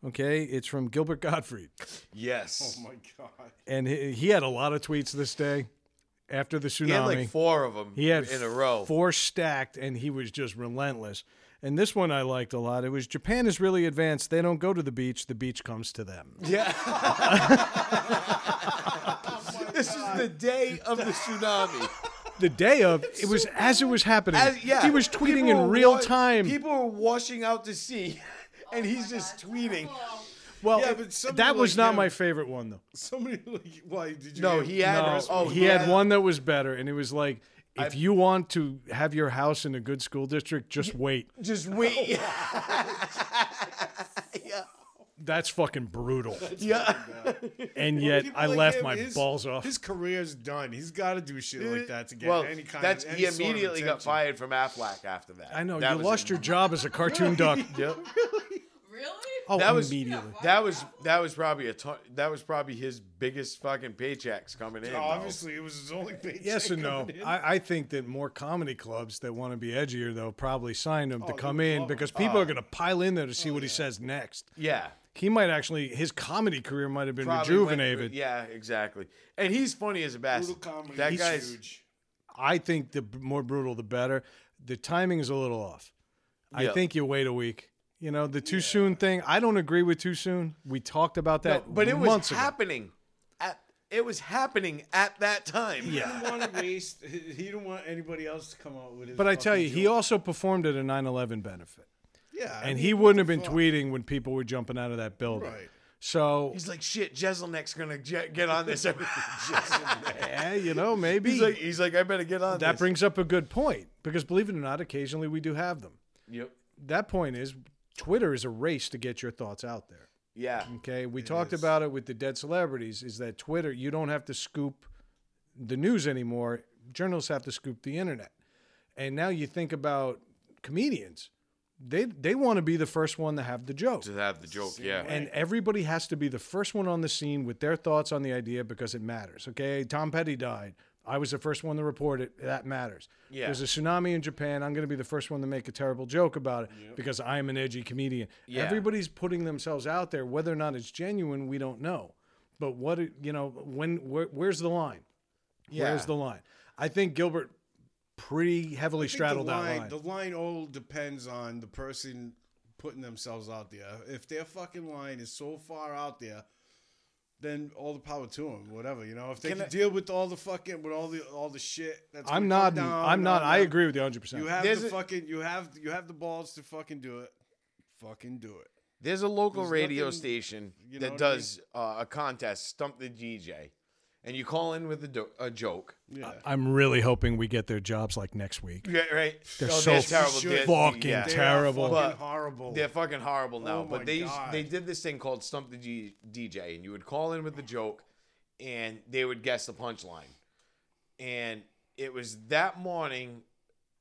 Okay, it's from Gilbert Gottfried.
yes,
not a- oh my god.
and he, he had a lot of tweets this day after the tsunami.
he had like four of them.
He had
in a row.
four stacked, and he was just relentless. And this one I liked a lot. It was Japan is really advanced. They don't go to the beach; the beach comes to them.
Yeah, this is the day of the tsunami.
The day of, it was as it was happening.
As- yeah,
he was tweeting
people
in
were
real
wa-
time.
People were washing out to sea, and he's
my
just
God.
tweeting.
Well,
well,
Yeah, but somebody
that was
like
not
him-
my favorite one though.
Somebody like why did you
No,
hear-
he had.
No,
oh,
he had one that was better, and it was like, if you want to have your house in a good school district, just wait.
Just wait.
That's fucking brutal.
yeah.
And yet,
People
I
like
laughed
him,
my
his-
balls off.
His career's done. He's got to do shit like that to get
well,
any kind
that's
of any
he
sort of
immediately got
attention.
fired from Aflac after that.
I know
That
you
was
lost
it.
your job as a cartoon duck.
Yep.
Really?
Oh,
That was-
immediately.
That was that was probably a ton, that was probably his biggest fucking paychecks coming in. though.
Obviously, it was his only paycheck.
Yes and no.
coming in.
I, I think that more comedy clubs that want to be edgier though probably signed him to
they
come
Oh, would
in
love Uh, oh, him.
because people are going to pile in there to see what he says next.
yeah,
He might actually his comedy career might have been
Probably went-
rejuvenated.
yeah, exactly. And he's funny as a
Brutal
bastard.
comedy.
That
He's
guy's
huge.
I think the b- more brutal the better. The timing is a little off. I
Yeah.
think you wait a week. You know the too soon thing. I don't agree with too soon. We talked about that,
but it was
months ago.
happening at it was happening at that time.
He didn't want to waste. He he didn't want anybody else to come out with his.
But I tell
fucking
you, he
joke.
also performed at a 9/11 benefit,
yeah, I
and
mean,
he
what
wouldn't
the
have been
fuck?
tweeting when people were jumping out of that building.
Right.
So
He's like, shit, Jezelnik's gonna je- get on this. Jeselnik.
yeah, Eh, you know, maybe
he's like, he's like, I better get on
that
this.
brings up a good point because believe it or not, occasionally we do have them.
Yep.
That point is Twitter is a race to get your thoughts out there.
Yeah.
Okay, we talked about it with the dead celebrities. Is that Twitter? You don't have to scoop the news anymore. Journalists have to scoop the internet. And now you think about comedians; they they want to be the first one to have the joke,
To have the joke, yeah.
and everybody has to be the first one on the scene with their thoughts on the idea because it matters. Okay, Tom Petty died. I was the first one to report it. That matters.
Yeah.
There's a tsunami in Japan. I'm going to be the first one to make a terrible joke about it because I am an edgy comedian.
Yeah.
Everybody's putting themselves out there. Whether or not it's genuine, we don't know. But what it- you know, when where, where's the line?
yeah.
Where's the line? I think Gilbert pretty heavily
I think
straddled
the
that
line,
line.
The line all depends on the person putting themselves out there. If their fucking line is so far out there, then all the power to them. Whatever you know. If they
Can
can,
I-
deal with all the fucking with all the all the shit. That's
I'm
gonna
not.
come down
I'm not.
on
I
them,
agree with you 100. percent
You have
There's
the
a-
fucking. You have you have the balls to fucking do it. Fucking do it.
There's a local
There's
radio
nothing-
station
you know
that
what I mean?
does uh, a contest, Stump the DJ, and you call in with a, do- a joke.
Yeah.
I'm really hoping we get their jobs like next week.
Yeah, right.
They're
Oh,
so
terrible.
should-
They're-
fucking
yeah.
terrible.
They are
But-
fucking horrible.
They're fucking horrible now.
Oh my
but they used,
God.
they did this thing called Stump the G- DJ, and you would call in with the joke, and they would guess the punchline. And it was that morning,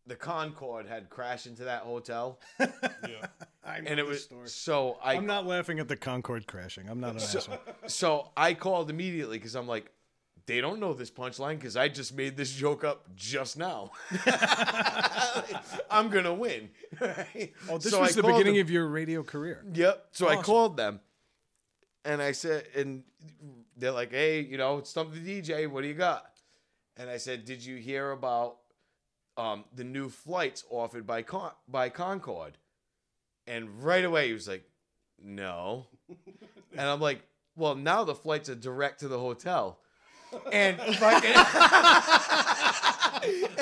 the Concorde had crashed into that hotel,
I know
and it
this
was
story.
so I
I'm not laughing at the Concorde crashing. I'm not an asshole.
so I called immediately because I'm like, they don't know this punchline because I just made this joke up just now. I'm gonna win.
Oh, this was the beginning of your radio career.
Yep. So I called them, and I said, and they're like, "Hey, you know, stump the DJ. What do you got?" And I said, "Did you hear about um, the new flights offered by Con- by Concord?" And right away he was like, "No," and I'm like, "Well, now the flights are direct to the hotel." And fucking.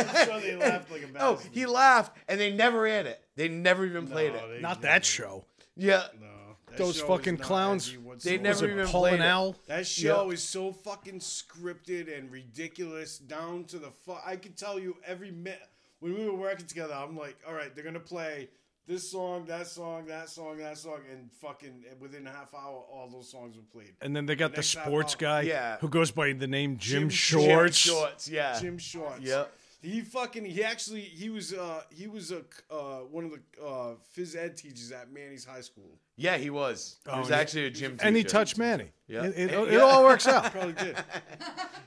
So they laughed like a bastard.
Oh, he laughed, and they never ran it. They never even played
No,
it.
they-
Not that show.
Yeah,
no. That
Those
show is
fucking
not
clowns,
edgy
they
whatsoever.
never
Was it
even
Paul
played
and
it.
Al?
That show is so fucking scripted and ridiculous, down to the fuck. I could tell you every minute when we were working together. I'm like, all right, they're gonna play this song, that song, that song, that song, and fucking eh, within a half hour, all those songs were played.
And then they got the
Next time
sports
out.
guy
Yeah.
who goes by the name Jim,
Jim
Shorts.
Jim Shorts, yeah.
Jim Shorts.
Yep.
He fucking he actually he was uh he was a uh one of the uh phys ed teachers at Manny's high school.
Yeah, he was. Oh, he was
yeah.
actually a gym teacher.
And he touched Manny.
Yeah.
It, it-
Yeah.
it all works out.
Probably did.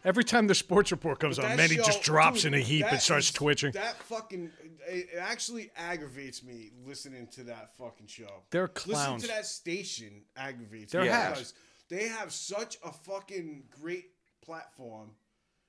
Every time the sports report comes on,
That
Manny
show-
just drops
dude,
in a heap
that
and starts
is-
twitching.
That fucking it, it actually aggravates me listening to that fucking show.
They're
Listening
clowns.
to that station aggravates
They're
me
hacks.
because they have such a fucking great platform.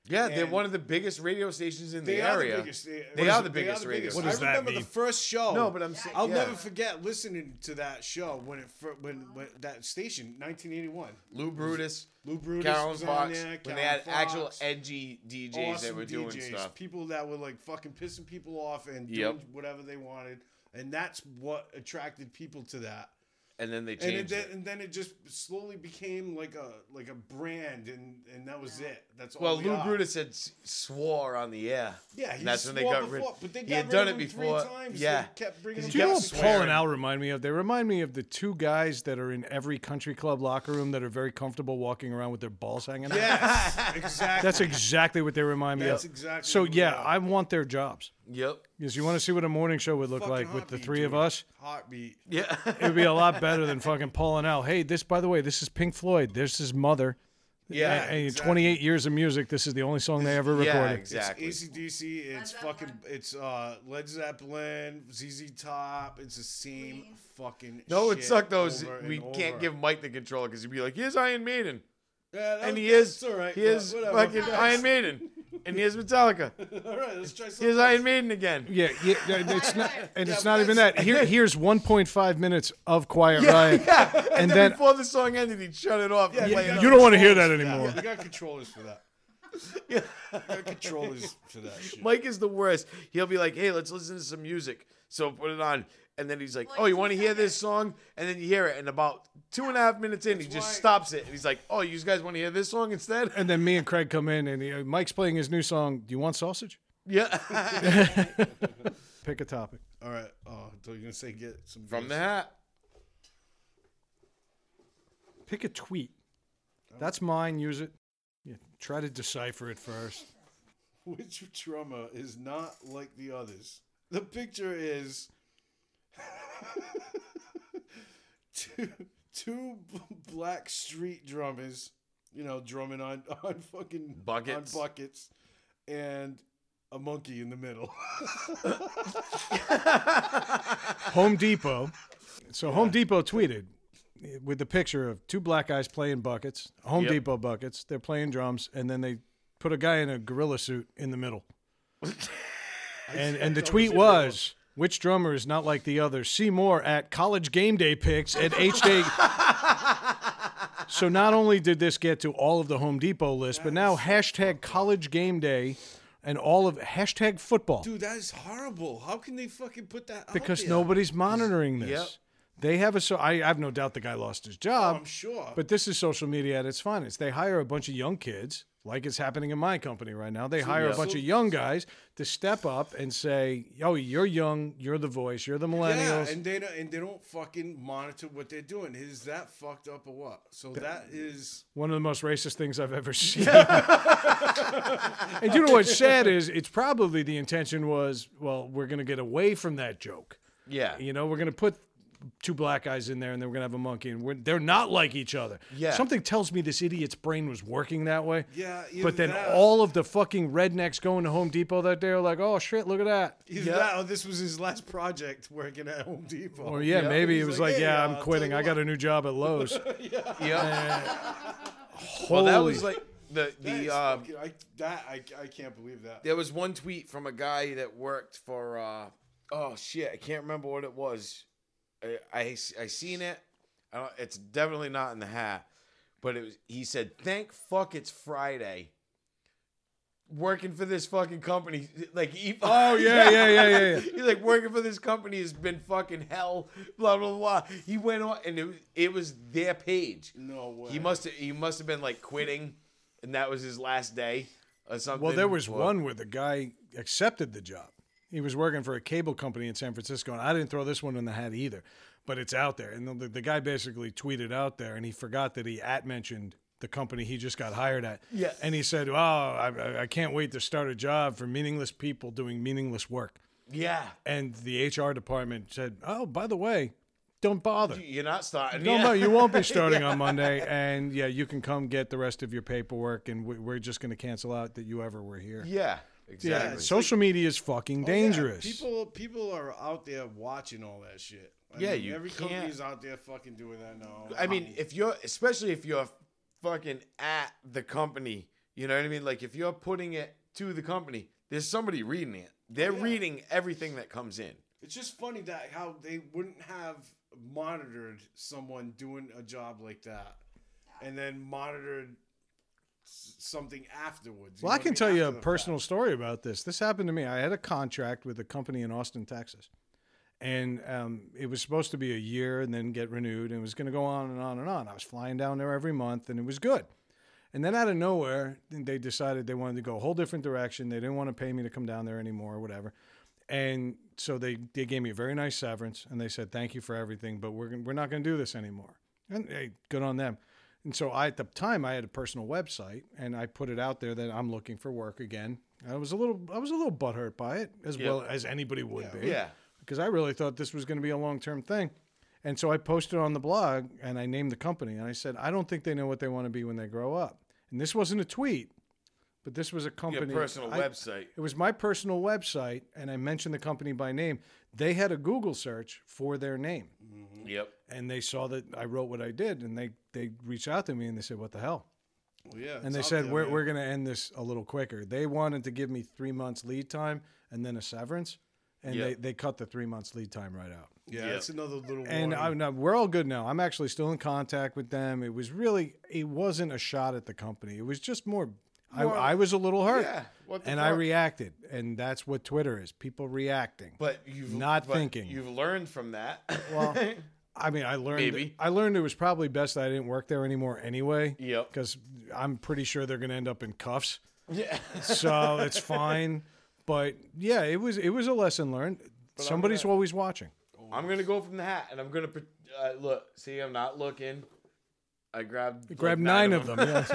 Yeah, they're
And-
one of the biggest radio stations in
They
the
are
area.
the biggest. They,
They are the biggest radio
What does
I
that
remember
mean?
the first show.
No, but I'm saying
I'll
yeah.
never forget listening to that show when it fir- when, when that station 1981.
Lou Brutus,
Lou Brutus
Carolyn
was on
Fox,
there,
when they
Carolyn
had actual
Fox.
edgy DJs that
awesome
were doing
DJs,
stuff.
People that were like fucking pissing people off and doing
Yep.
whatever they wanted, and that's what attracted people to that.
And then they
And it,
changed
then,
it.
and then it just slowly became like a like a brand, and and that was it. That's all.
Well,
we
Lou
are.
Brutus had s- swore on the air.
Yeah, he
And that's
swore
when they got rid.
before, but they
he
got
had
rid
done
of
it
him three
before.
times,
yeah,
they kept bringing
'Cause
him
Do
he
you know what
kept
Paul
swearing.
and Al remind me of? They remind me of the two guys that are in every country club locker room that are very comfortable walking around with their balls hanging out.
Yes, exactly.
That's exactly what they remind me
That's
of.
exactly
So
what
yeah,
they are.
I want their jobs.
Yep.
Because you want to see what a morning show would look
Fucking
like with the
heartbeat,
three of
dude.
us?
Heartbeat.
Yeah.
It would be a lot better than fucking pulling out, hey, this, by the way, this is Pink Floyd. There's his mother.
Yeah,
And- and
exactly.
28 years of music. This is the only song they ever
yeah.
recorded.
Exactly.
It's ACDC. It's
Zeppelin.
fucking. It's uh, Led Zeppelin, ZZ Top. It's the same fucking.
no, it
shit
sucked though. is
over
We
and
can't
over.
give Mike the controller because he'd be like, "Here's Iron Maiden,"
Oh, Yeah, that-
and he
that's
is,
All right.
he
but
is
whatever.
fucking Iron Maiden, and here's Metallica.
all right, let's try something.
Here's Iron Maiden again.
Yeah, yeah, and it's not, and
Yeah,
it's
but
not even
that's-
that. Here, here's 1.5 minutes of Quiet
Yeah,
Riot,
yeah. And,
and
then,
then
before the song ended, he'd shut it off. and
Yeah,
play
we
it
got
You don't wanna
controllers
hear that
for
anymore.
We got controllers for that.
Yeah.
We got controllers for that shit.
Mike is the worst. He'll be like, "Hey, let's listen to some music." So put it on, and then he's like,
Well,
"Oh,
you
you want to
can't
hear
have it.
this song?" And then you hear it, and about two and a half minutes in, he just
why-
stops it, and he's like, "Oh, you guys want to hear this song instead?"
and then me and Craig come in, and he, uh, Mike's playing his new song. Do you want sausage?
yeah,
Pick a topic.
all right. Oh, so you're gonna say get some
from the
that.
hat.
Pick a tweet. That's mine. Use it. Yeah, try to decipher it first.
Which drummer is not like the others? The picture is two two b- black street drummers, you know, drumming on on fucking
Buckets.
on buckets, and a monkey in the middle.
Home Depot. So Home Depot tweeted with the picture of two black guys playing buckets, Home
Yep.
Depot buckets. They're playing drums, and then they put a guy in a gorilla suit in the middle. and and the tweet was. Which drummer is not like the others? See more at College Game Day picks at HD. so not only did this get to all of the Home Depot list, but now hashtag College Game Day and all of hashtag football
Dude, that is horrible. How can they fucking put that out
because
there?
nobody's monitoring this.
Yep.
They have a so I, I have no doubt the guy lost his job,
Oh, I'm sure.
but this is social media at its finest. They hire a bunch of young kids, like it's happening in my company right now. They hire a
yeah.
bunch
so-
of young guys to step up and say, "Oh, you're young, you're the voice, you're the millennials."
Yeah, and they don't, and they don't fucking monitor what they're doing. Is that fucked up or what? So that is
One of the most racist things I've ever seen. and you know what's sad is it's probably the intention was, well, we're going to get away from that joke.
Yeah,
You know, we're going to put two black guys in there and then we're going to have a monkey and we're, they're not like each other.
Yeah.
Something tells me this idiot's brain was working that way.
Yeah, either
But then
that-
all of the fucking rednecks going to Home Depot that day are like, oh shit, look at that.
Either
Yeah.
that or this was his last project working at Home Depot.
Or yeah,
Yeah.
maybe it
He's
was
like,
like,
"Hey,
yeah,
uh,
I'm
I'll
quitting.
tell
I
you
got a new job at Lowe's.
yeah.
Holy.
well, that was like the
That is
the uh,
fucking- I, that I, I can't believe that.
there was one tweet from a guy that worked for uh, oh shit i can't remember what it was i i, I seen it I don't, it's definitely not in the hat but it was he said thank fuck it's friday working for this fucking company like he,
Oh, yeah, yeah, yeah, yeah, yeah.
he's like working for this company has been fucking hell blah blah blah he went on and it, was- it was their page
no way.
he must have he must have been like quitting and that was his last day or something
Well, there was
But-
one where the guy accepted the job. He was working for a cable company in San Francisco, and I didn't throw this one in the hat either, but it's out there. And the, the guy basically tweeted out there, and he forgot that he at mentioned the company he just got hired at.
Yeah.
And he said, "Oh, I, I- I can't wait to start a job for meaningless people doing meaningless work."
yeah
And the HR department said, "Oh, by the way, don't bother."
You're not starting.
No,
yeah.
no, you won't be starting on Monday, and yeah, you can come get the rest of your paperwork, and we, we're just going to cancel out that you ever were here.
Yeah, exactly.
Yeah, social media is fucking
Oh, Yeah,
dangerous.
people, people are out there watching all that shit. I
Yeah,
mean,
you
every
can't-
company's out there fucking doing that now.
I mean, if you're, especially if you're fucking at the company, you know what I mean. Like if you're putting it to the company, there's somebody reading it. They're reading everything that comes in.
It's just funny that how they wouldn't have monitored someone doing a job like that, and then monitored s- something afterwards.
well, I
know
can
what
tell
mean?
you
After
a
the
personal story about this. This happened to me. I had a contract with a company in Austin, Texas, and um, it was supposed to be a year and then get renewed, and it was going to go on and on and on. I was flying down there every month, and it was good. And then out of nowhere, they decided they wanted to go a whole different direction. They didn't want to pay me to come down there anymore or whatever. And so they, they gave me a very nice severance and they said, thank you for everything, but we're, gon- we're not going to do this anymore. And hey, good on them. And so I, at the time, I had a personal website, and I put it out there that I'm looking for work again. I was a little, I was a little butthurt by it, as well as anybody would be,
Yeah.
because I really thought this was going to be a long term thing. And so I posted on the blog, and I named the company, and I said, I don't think they know what they want to be when they grow up. And this wasn't a tweet, but this was a
Your
company
personal
I-
website.
it was my personal website, and I mentioned the company by name. They had a Google search for their name,
Yep.
and they saw that I wrote what I did, and they they reached out to me and they said, "What the hell?"
Well, yeah.
And they said, "We're we're going to end this a little quicker." They wanted to give me three months lead time and then a severance, and
Yeah.
they they cut the three months lead time right out.
yeah,
Yeah.
that's another little.
And
warning.
I, no, we're all good now. I'm actually still in contact with them. It was really, it wasn't a shot at the company. It was just more,
More-
I, I was a little hurt.
Yeah, what the
and I
fuck?
reacted. And that's what Twitter is people reacting.
But you've
Not
but
thinking.
You've learned from that.
Well, I mean, I learned,
Maybe.
I learned it was probably best that I didn't work there anymore anyway.
Yep.
Because I'm pretty sure they're going to end up in cuffs.
yeah.
So it's fine. But yeah, it was, it was a lesson learned. Somebody's always watching.
I'm gonna go from the hat, and I'm gonna pre- uh, look. See, I'm not looking. I grabbed like,
Grab nine, of them. yes,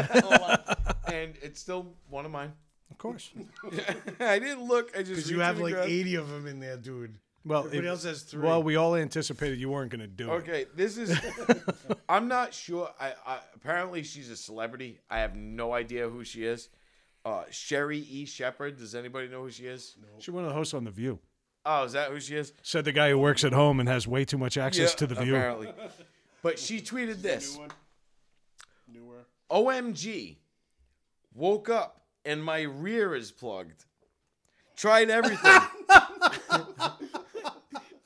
and it's still one of mine.
of course.
I didn't look. I just
Because you
reached
have
in and
like
grabbed-
80 of them in there, dude.
Well,
Everybody
it-
else has three.
Well, we all anticipated you weren't going to do it.
Okay, this is. I'm not sure. I, I apparently she's a celebrity. I have no idea who she is. Uh, Sherry E. Shepherd. Does anybody know who she is?
She one of the hosts on The View.
Oh, is that who she is?
Said the guy who works at home and has way too much access to The View.
Apparently, but she tweeted this.
New one? Newer.
OMG. Woke up and my rear is plugged. Tried everything.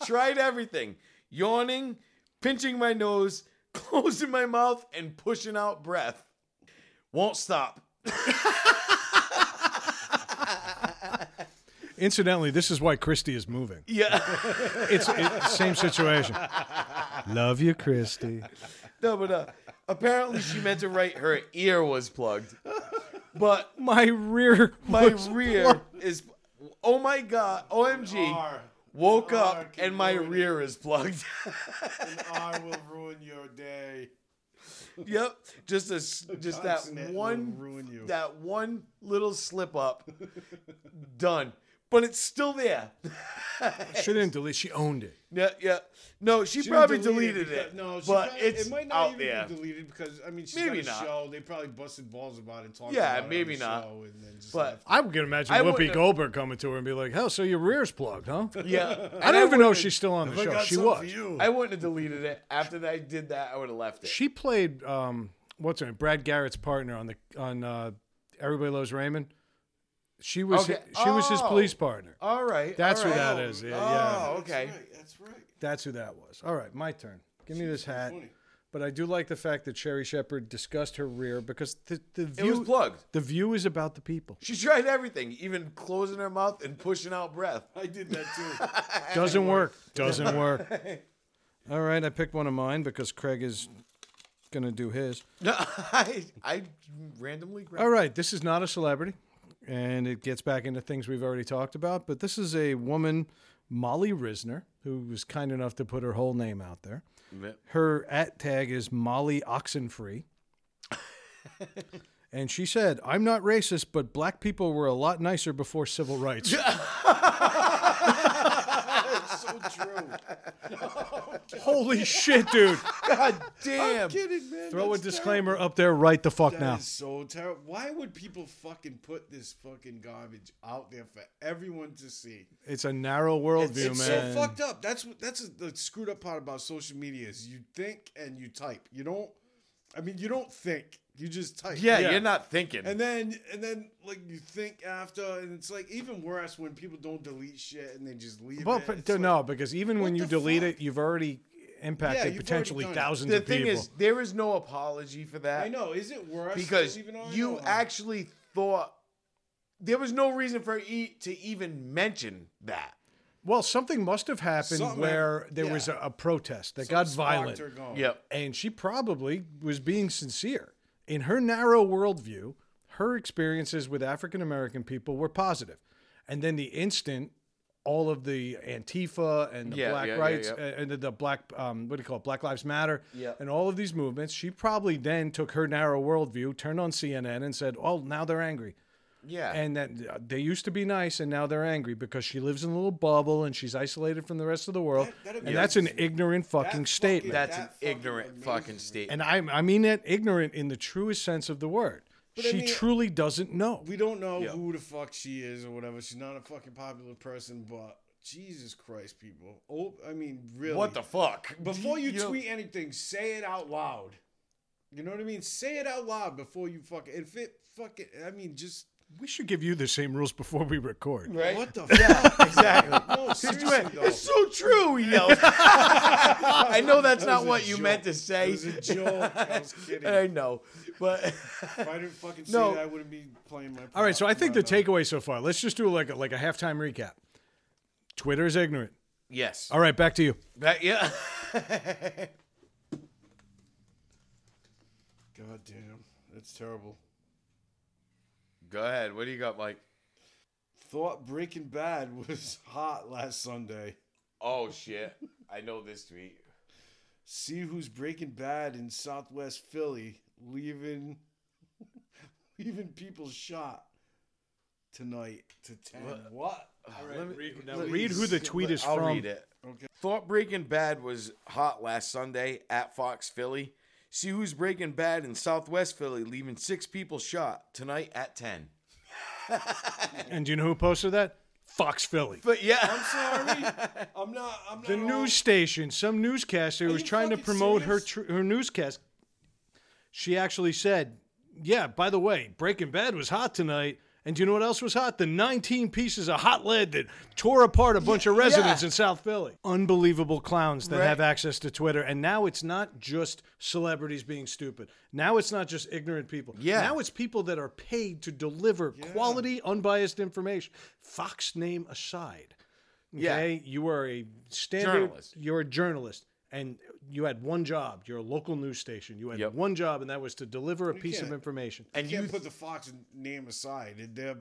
Tried everything. Yawning, pinching my nose, closing my mouth, and pushing out breath. Won't stop.
Incidentally, this is why Christy is moving.
Yeah.
It's it, same situation. Love you, Christy.
no, but uh, apparently she meant to write her ear was plugged. But
My rear.
my
was-
rear is. Oh my god. OMG.
R.
Woke
An R,
up
keep
and my
going.
rear is plugged.
An R will ruin your day.
Yep. Just a s- just that
Consonant will
one
ruin you.
that one little slip up. Done. But it's still there.
She didn't delete. She owned it.
yeah, yeah. No, she,
She didn't
probably
delete
deleted it.
because- No, she
but
probably-
it's
it might not
out
even
there.
be deleted because I mean, she's
Maybe
got a
not.
show. They probably busted balls about it and talked.
Yeah,
about it on
maybe
the
not.
Show and then just
But-
left.
I can imagine
I
Whoopi
wouldn't-
Goldberg coming to her and be like, "Hell, so your rear's plugged, huh?"
yeah.
I don't even know if she's still on the show. She was.
I wouldn't have deleted it. After that, I did that, I would have left it.
She played um, what's her name? Brad Garrett's partner on the on uh, Everybody Loves Raymond. She was
Okay.
she was his
Oh.
police partner.
all right.
That's
all
who
right.
that is. Yeah, yeah.
Oh, okay.
That's right. That's right.
That's who that was. All right, my turn. Give me this hat.
funny.
But I do like the fact that Sherry Shepard discussed her rear because the, the
It was
view
plugged.
the view is about the people.
She tried everything, even closing her mouth and pushing out breath.
I did that too.
Doesn't work. Doesn't work. All right, I picked one of mine because Craig is gonna do his.
I, I randomly grabbed
All right, this is not a celebrity, and it gets back into things we've already talked about. But this is a woman, Molly Risner, who was kind enough to put her whole name out there.
Yep.
Her at tag is Molly Oxenfree. and she said, I'm not racist, but black people were a lot nicer before civil rights.
That's so true.
Holy shit, dude.
God damn.
Kidding, man.
Throw a
That's
disclaimer up there right the fuck
terrible.
now.
That is so terrible. Why would people fucking put this fucking garbage out there for everyone to see?
It's a narrow worldview,
it's
man.
so fucked up. That's what that's the screwed up part about social media is you think and you type. You don't. I mean, you don't think. You just type.
Yeah, you're not thinking.
And then and then like you think after, and it's like even worse when people don't delete shit and they just leave
Well,
it.
but
It's like,
no, because even when
what
you
the
delete
fuck?
it, you've already
Yeah,
impacted
you've already
potentially
done it.
thousands
the
of
thing
people.
is, there is no apology for that.
I know. Is it worse?
Because
than even I
you
know?
actually thought there was no reason for e to even mention that.
well, something must have happened
Something-
where there was a,
yeah.
a protest that got
Sparked
violent.
her going.
And she probably was being sincere. In her narrow worldview, her experiences with African American people were positive. And then the instant all of the Antifa and the
Yeah,
Black
yeah, yeah,
Rights uh,
yeah.
and the, the Black, um, what do you call it, Black Lives Matter,
Yeah.
and all of these movements. She probably then took her narrow worldview, turned on CNN, and said, "Oh, now they're angry."
Yeah.
and that uh, they used to be nice and now they're angry because she lives in a little bubble and she's isolated from the rest of the world
That- that
and that's an ignorant fucking
fucking-
statement
that's
That
an
fucking
ignorant
amazes
fucking
me.
statement.
and I, I mean that ignorant in the truest sense of the word
I
she
mean-
truly doesn't know
We don't know
Yeah.
who the fuck she is or whatever. She's not a fucking popular person, but Jesus Christ, people. Oh, I mean, really.
What the fuck?
Before you,
know-
tweet anything, say it out loud. You know what I mean? Say it out loud before you fuck If it fuck it, I mean, just
we should give you the same rules before we record
Right?
what the fuck?
exactly.
no, seriously though.
It's so true, you know. I know that's
That
not
was a
what you
joke.
meant to
It
say.
was a joke. I was kidding.
I know, but
if I didn't fucking say
No.
that, I wouldn't be playing my.
all right so i think the
part right now.
takeaway so far let's just do like a, like a halftime recap twitter is ignorant
yes,
all right back to you
That- yeah.
God damn, that's terrible.
Go ahead. What do you got, Mike?
Thought Breaking Bad was hot last Sunday.
Oh shit! I know this tweet.
See who's Breaking Bad in Southwest Philly, leaving, leaving people shot tonight to ten. What?
Let me-
let me
read who the
see-
tweet is
I'll
from
read it.
Okay.
Thought Breaking Bad was hot last Sunday at Fox Philly. See who's Breaking Bad in Southwest Philly, leaving six people shot tonight at ten.
and do you know who posted that fox philly
But yeah,
Sorry, I'm not. I'm not.
the
all-
news station, some newscaster who was
you
trying to
fucking
promote her
serious?
tr- her newscast. She actually said, "Yeah, by the way, Breaking Bad was hot tonight." And do you know what else was hot? The 19 pieces of hot lead that tore apart a bunch of residents
yeah.
in South Philly. Unbelievable clowns that
Right.
have access to Twitter. And now it's not just celebrities being stupid. Now it's not just ignorant people.
Yeah.
Now it's people that are paid to deliver quality, unbiased information. Fox name aside.
Yeah.
Okay, you are a standard.
Journalist.
You're a journalist, and you had one job. You're a local news station. You had
Yep.
one job, and that was to deliver a piece of
can't-
information.
and
You
you
can't put the Fox name aside. They're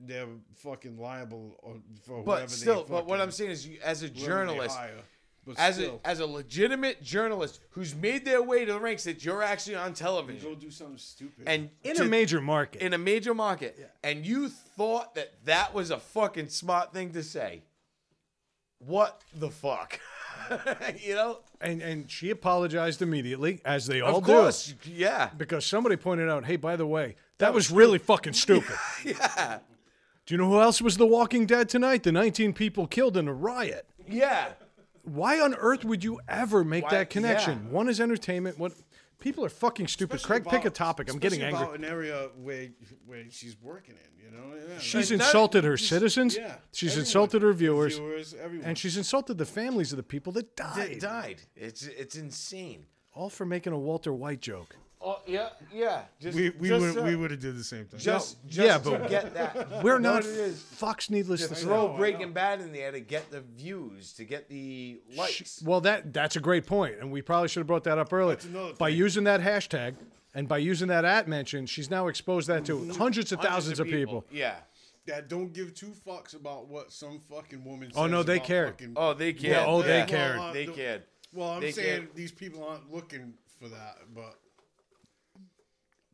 they're fucking liable on- for whatever.
But still,
they
but what
fucking-
I'm saying is, you, as a
whoever they
journalist,
hire. But
as a,
still,
as a legitimate journalist who's made their way to the ranks, that you're actually on
go
television
do something stupid.
and
In
to-
a major market,
in a major market, and you thought that that was a fucking smart thing to say. What the fuck? you know,
and and she apologized immediately, as they all
of course,
do,
yeah,
because somebody pointed out, "Hey, by the way, that, was really fucking stupid."
yeah,
Do you know who else was The Walking Dead tonight? The 19 people killed in a riot.
yeah.
Why on earth would you ever make
Why-
that connection?
yeah.
One is entertainment. What people are fucking stupid. Craig, pick a
about-
topic. I'm getting
especially
angry.
About an area where where she's working in, you know. Yeah,
She's
Like, that-
insulted her citizens.
yeah,
She's
everyone.
insulted her viewers,
viewers, everyone.
and she's insulted the families of the people that died.
It died. It's it's insane.
All for making a Walter White joke.
Oh yeah, yeah. Just,
we we
just,
would
uh,
we would have did the same thing.
just, just
Yeah,
to
but-
get that.
We're
You know
not
what it is.
Fox, needless to
to
say.
throw
know, I
Breaking Bad in there to get the views, to get the likes.
Well, that that's a great point, and we probably should have brought that up earlier.
another
By using that hashtag and by using that at mention, she's now exposed that to hundreds of thousands
Hundreds
of people.
Yeah.
that don't give two fucks about what some fucking woman.
Oh,
says
no, they
about
cared.
fucking-
Oh, they cared.
Yeah, oh, they
Yeah.
cared.
Well, uh,
They
the-
cared.
Well, I'm
they
saying
cared.
these people aren't looking for that, but.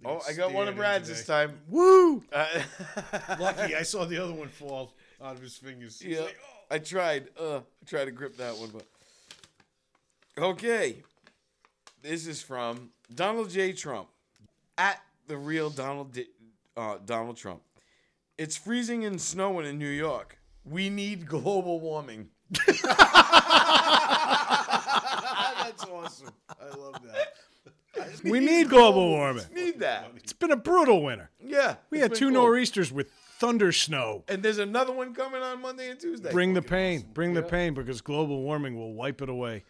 they
Oh, I got one of
stared
Brad's
into
this
that.
time.
Woo!
Uh,
Lucky, I saw the other one fall out of his fingers. He's
yeah,
like, oh.
I tried. Uh, I tried to grip that one, but okay. This is from Donald J. Trump at the real Donald D- uh, Donald Trump. It's freezing and snowing in New York. We need global warming.
That's awesome. I love that.
We need global warming.
Need that.
It's been a brutal winter.
Yeah.
We
it's
had
been
two
cold.
nor'easters with thunder snow.
And there's another one coming on Monday and Tuesday.
Bring the pain. Bring the pain because global warming will wipe it away,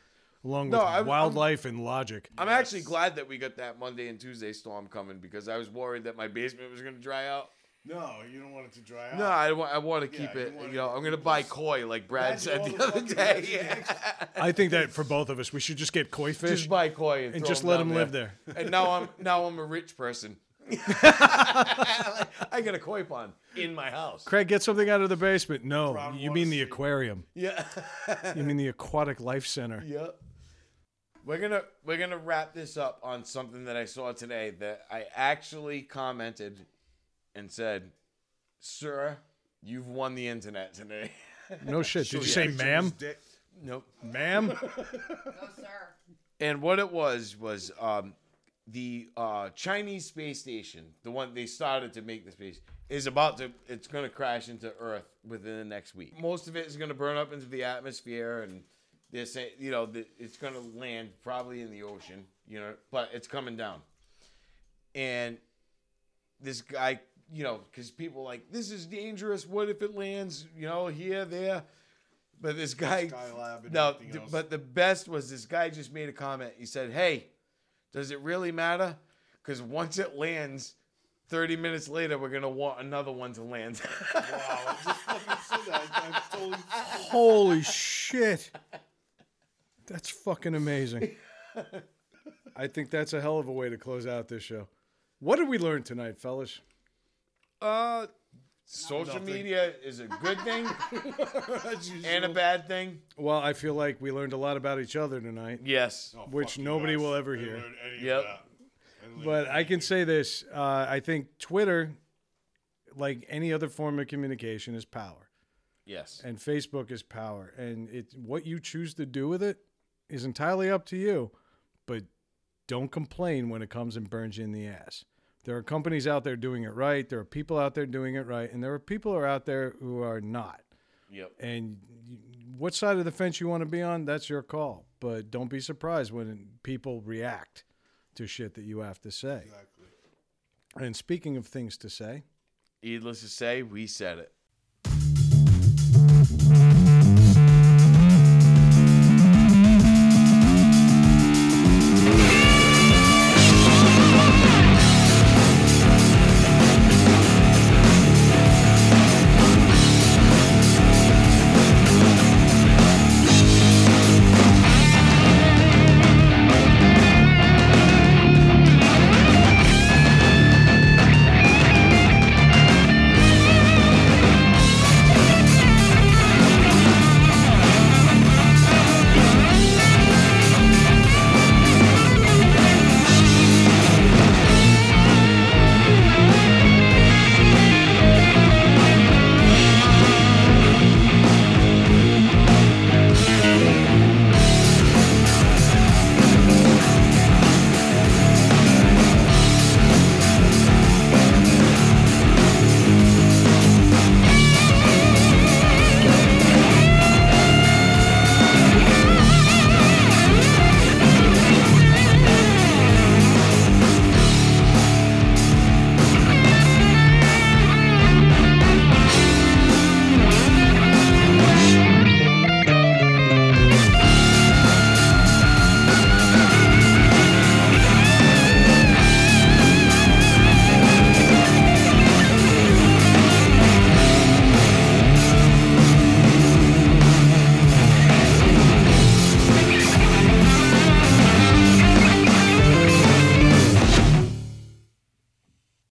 along with
No, I'm-
wildlife and logic.
I'm actually glad that we got that Monday and Tuesday storm coming because I was worried that my basement was going to dry out.
No, you don't want it to dry out.
No, I, wa- I want to keep
you
it. You,
wanna-
know, I'm going to buy koi like Brad
Imagine all
said the,
the
other
fucking
day.
residents.
I think that for both of us, we should just get koi fish
Just buy koi and,
and
throw
just
'em
let
down
them live there.
And now I'm now I'm a rich person. I got a koi pond in my house.
Craig, get something out of the basement. No,
Brown
you
water
mean the
seat.
aquarium.
Yeah.
You mean the Aquatic Life Center.
Yep. We're gonna we're gonna wrap this up on something that I saw today that I actually commented and said, "Sir, you've won the internet today."
No shit. Did you
Yeah,
say
picture of
ma'am?
his dick.
nope.
Ma'am?
No, sir.
And what it was was um, the uh, Chinese space station, the one they started to make the space, is about to. It's going to crash into Earth within the next week. Most of it is going to burn up into the atmosphere, and they're saying, you know, that it's going to land probably in the ocean, you know, but it's coming down. And this guy, you know, because people are like this is dangerous. What if it lands, you know, here, there? But this guy,
Skylab and
no,
everything
th-
else.
but the best was this guy just made a comment. He said, "Hey, does it really matter? Because once it lands, thirty minutes later, we're gonna want another one to land."
Wow, I just fucking said that. I, I totally.
Holy shit. That's fucking amazing. I think that's a hell of a way to close out this show. What did we learn tonight, fellas?
uh, social
Nothing.
media is a good thing
As usual.
and a bad thing.
Well, I feel like we learned a lot about each other tonight.
Yes.
Oh,
Which
fuck you
nobody
guys.
will ever
I
hear.
learned any of
Yep.
that. I learned
But I can
anything.
say this uh, I think Twitter, like any other form of communication, is power.
Yes.
and Facebook is power, and it what you choose to do with it is entirely up to you. But don't complain when it comes and burns you in the ass. There are companies out there doing it right. There are people out there doing it right, and there are people who are out there who are not.
Yep.
And you, what side of the fence you want to be on, that's your call. But don't be surprised when people react to shit that you have to say.
Exactly.
And speaking of things to say,
Needless to say, we said it.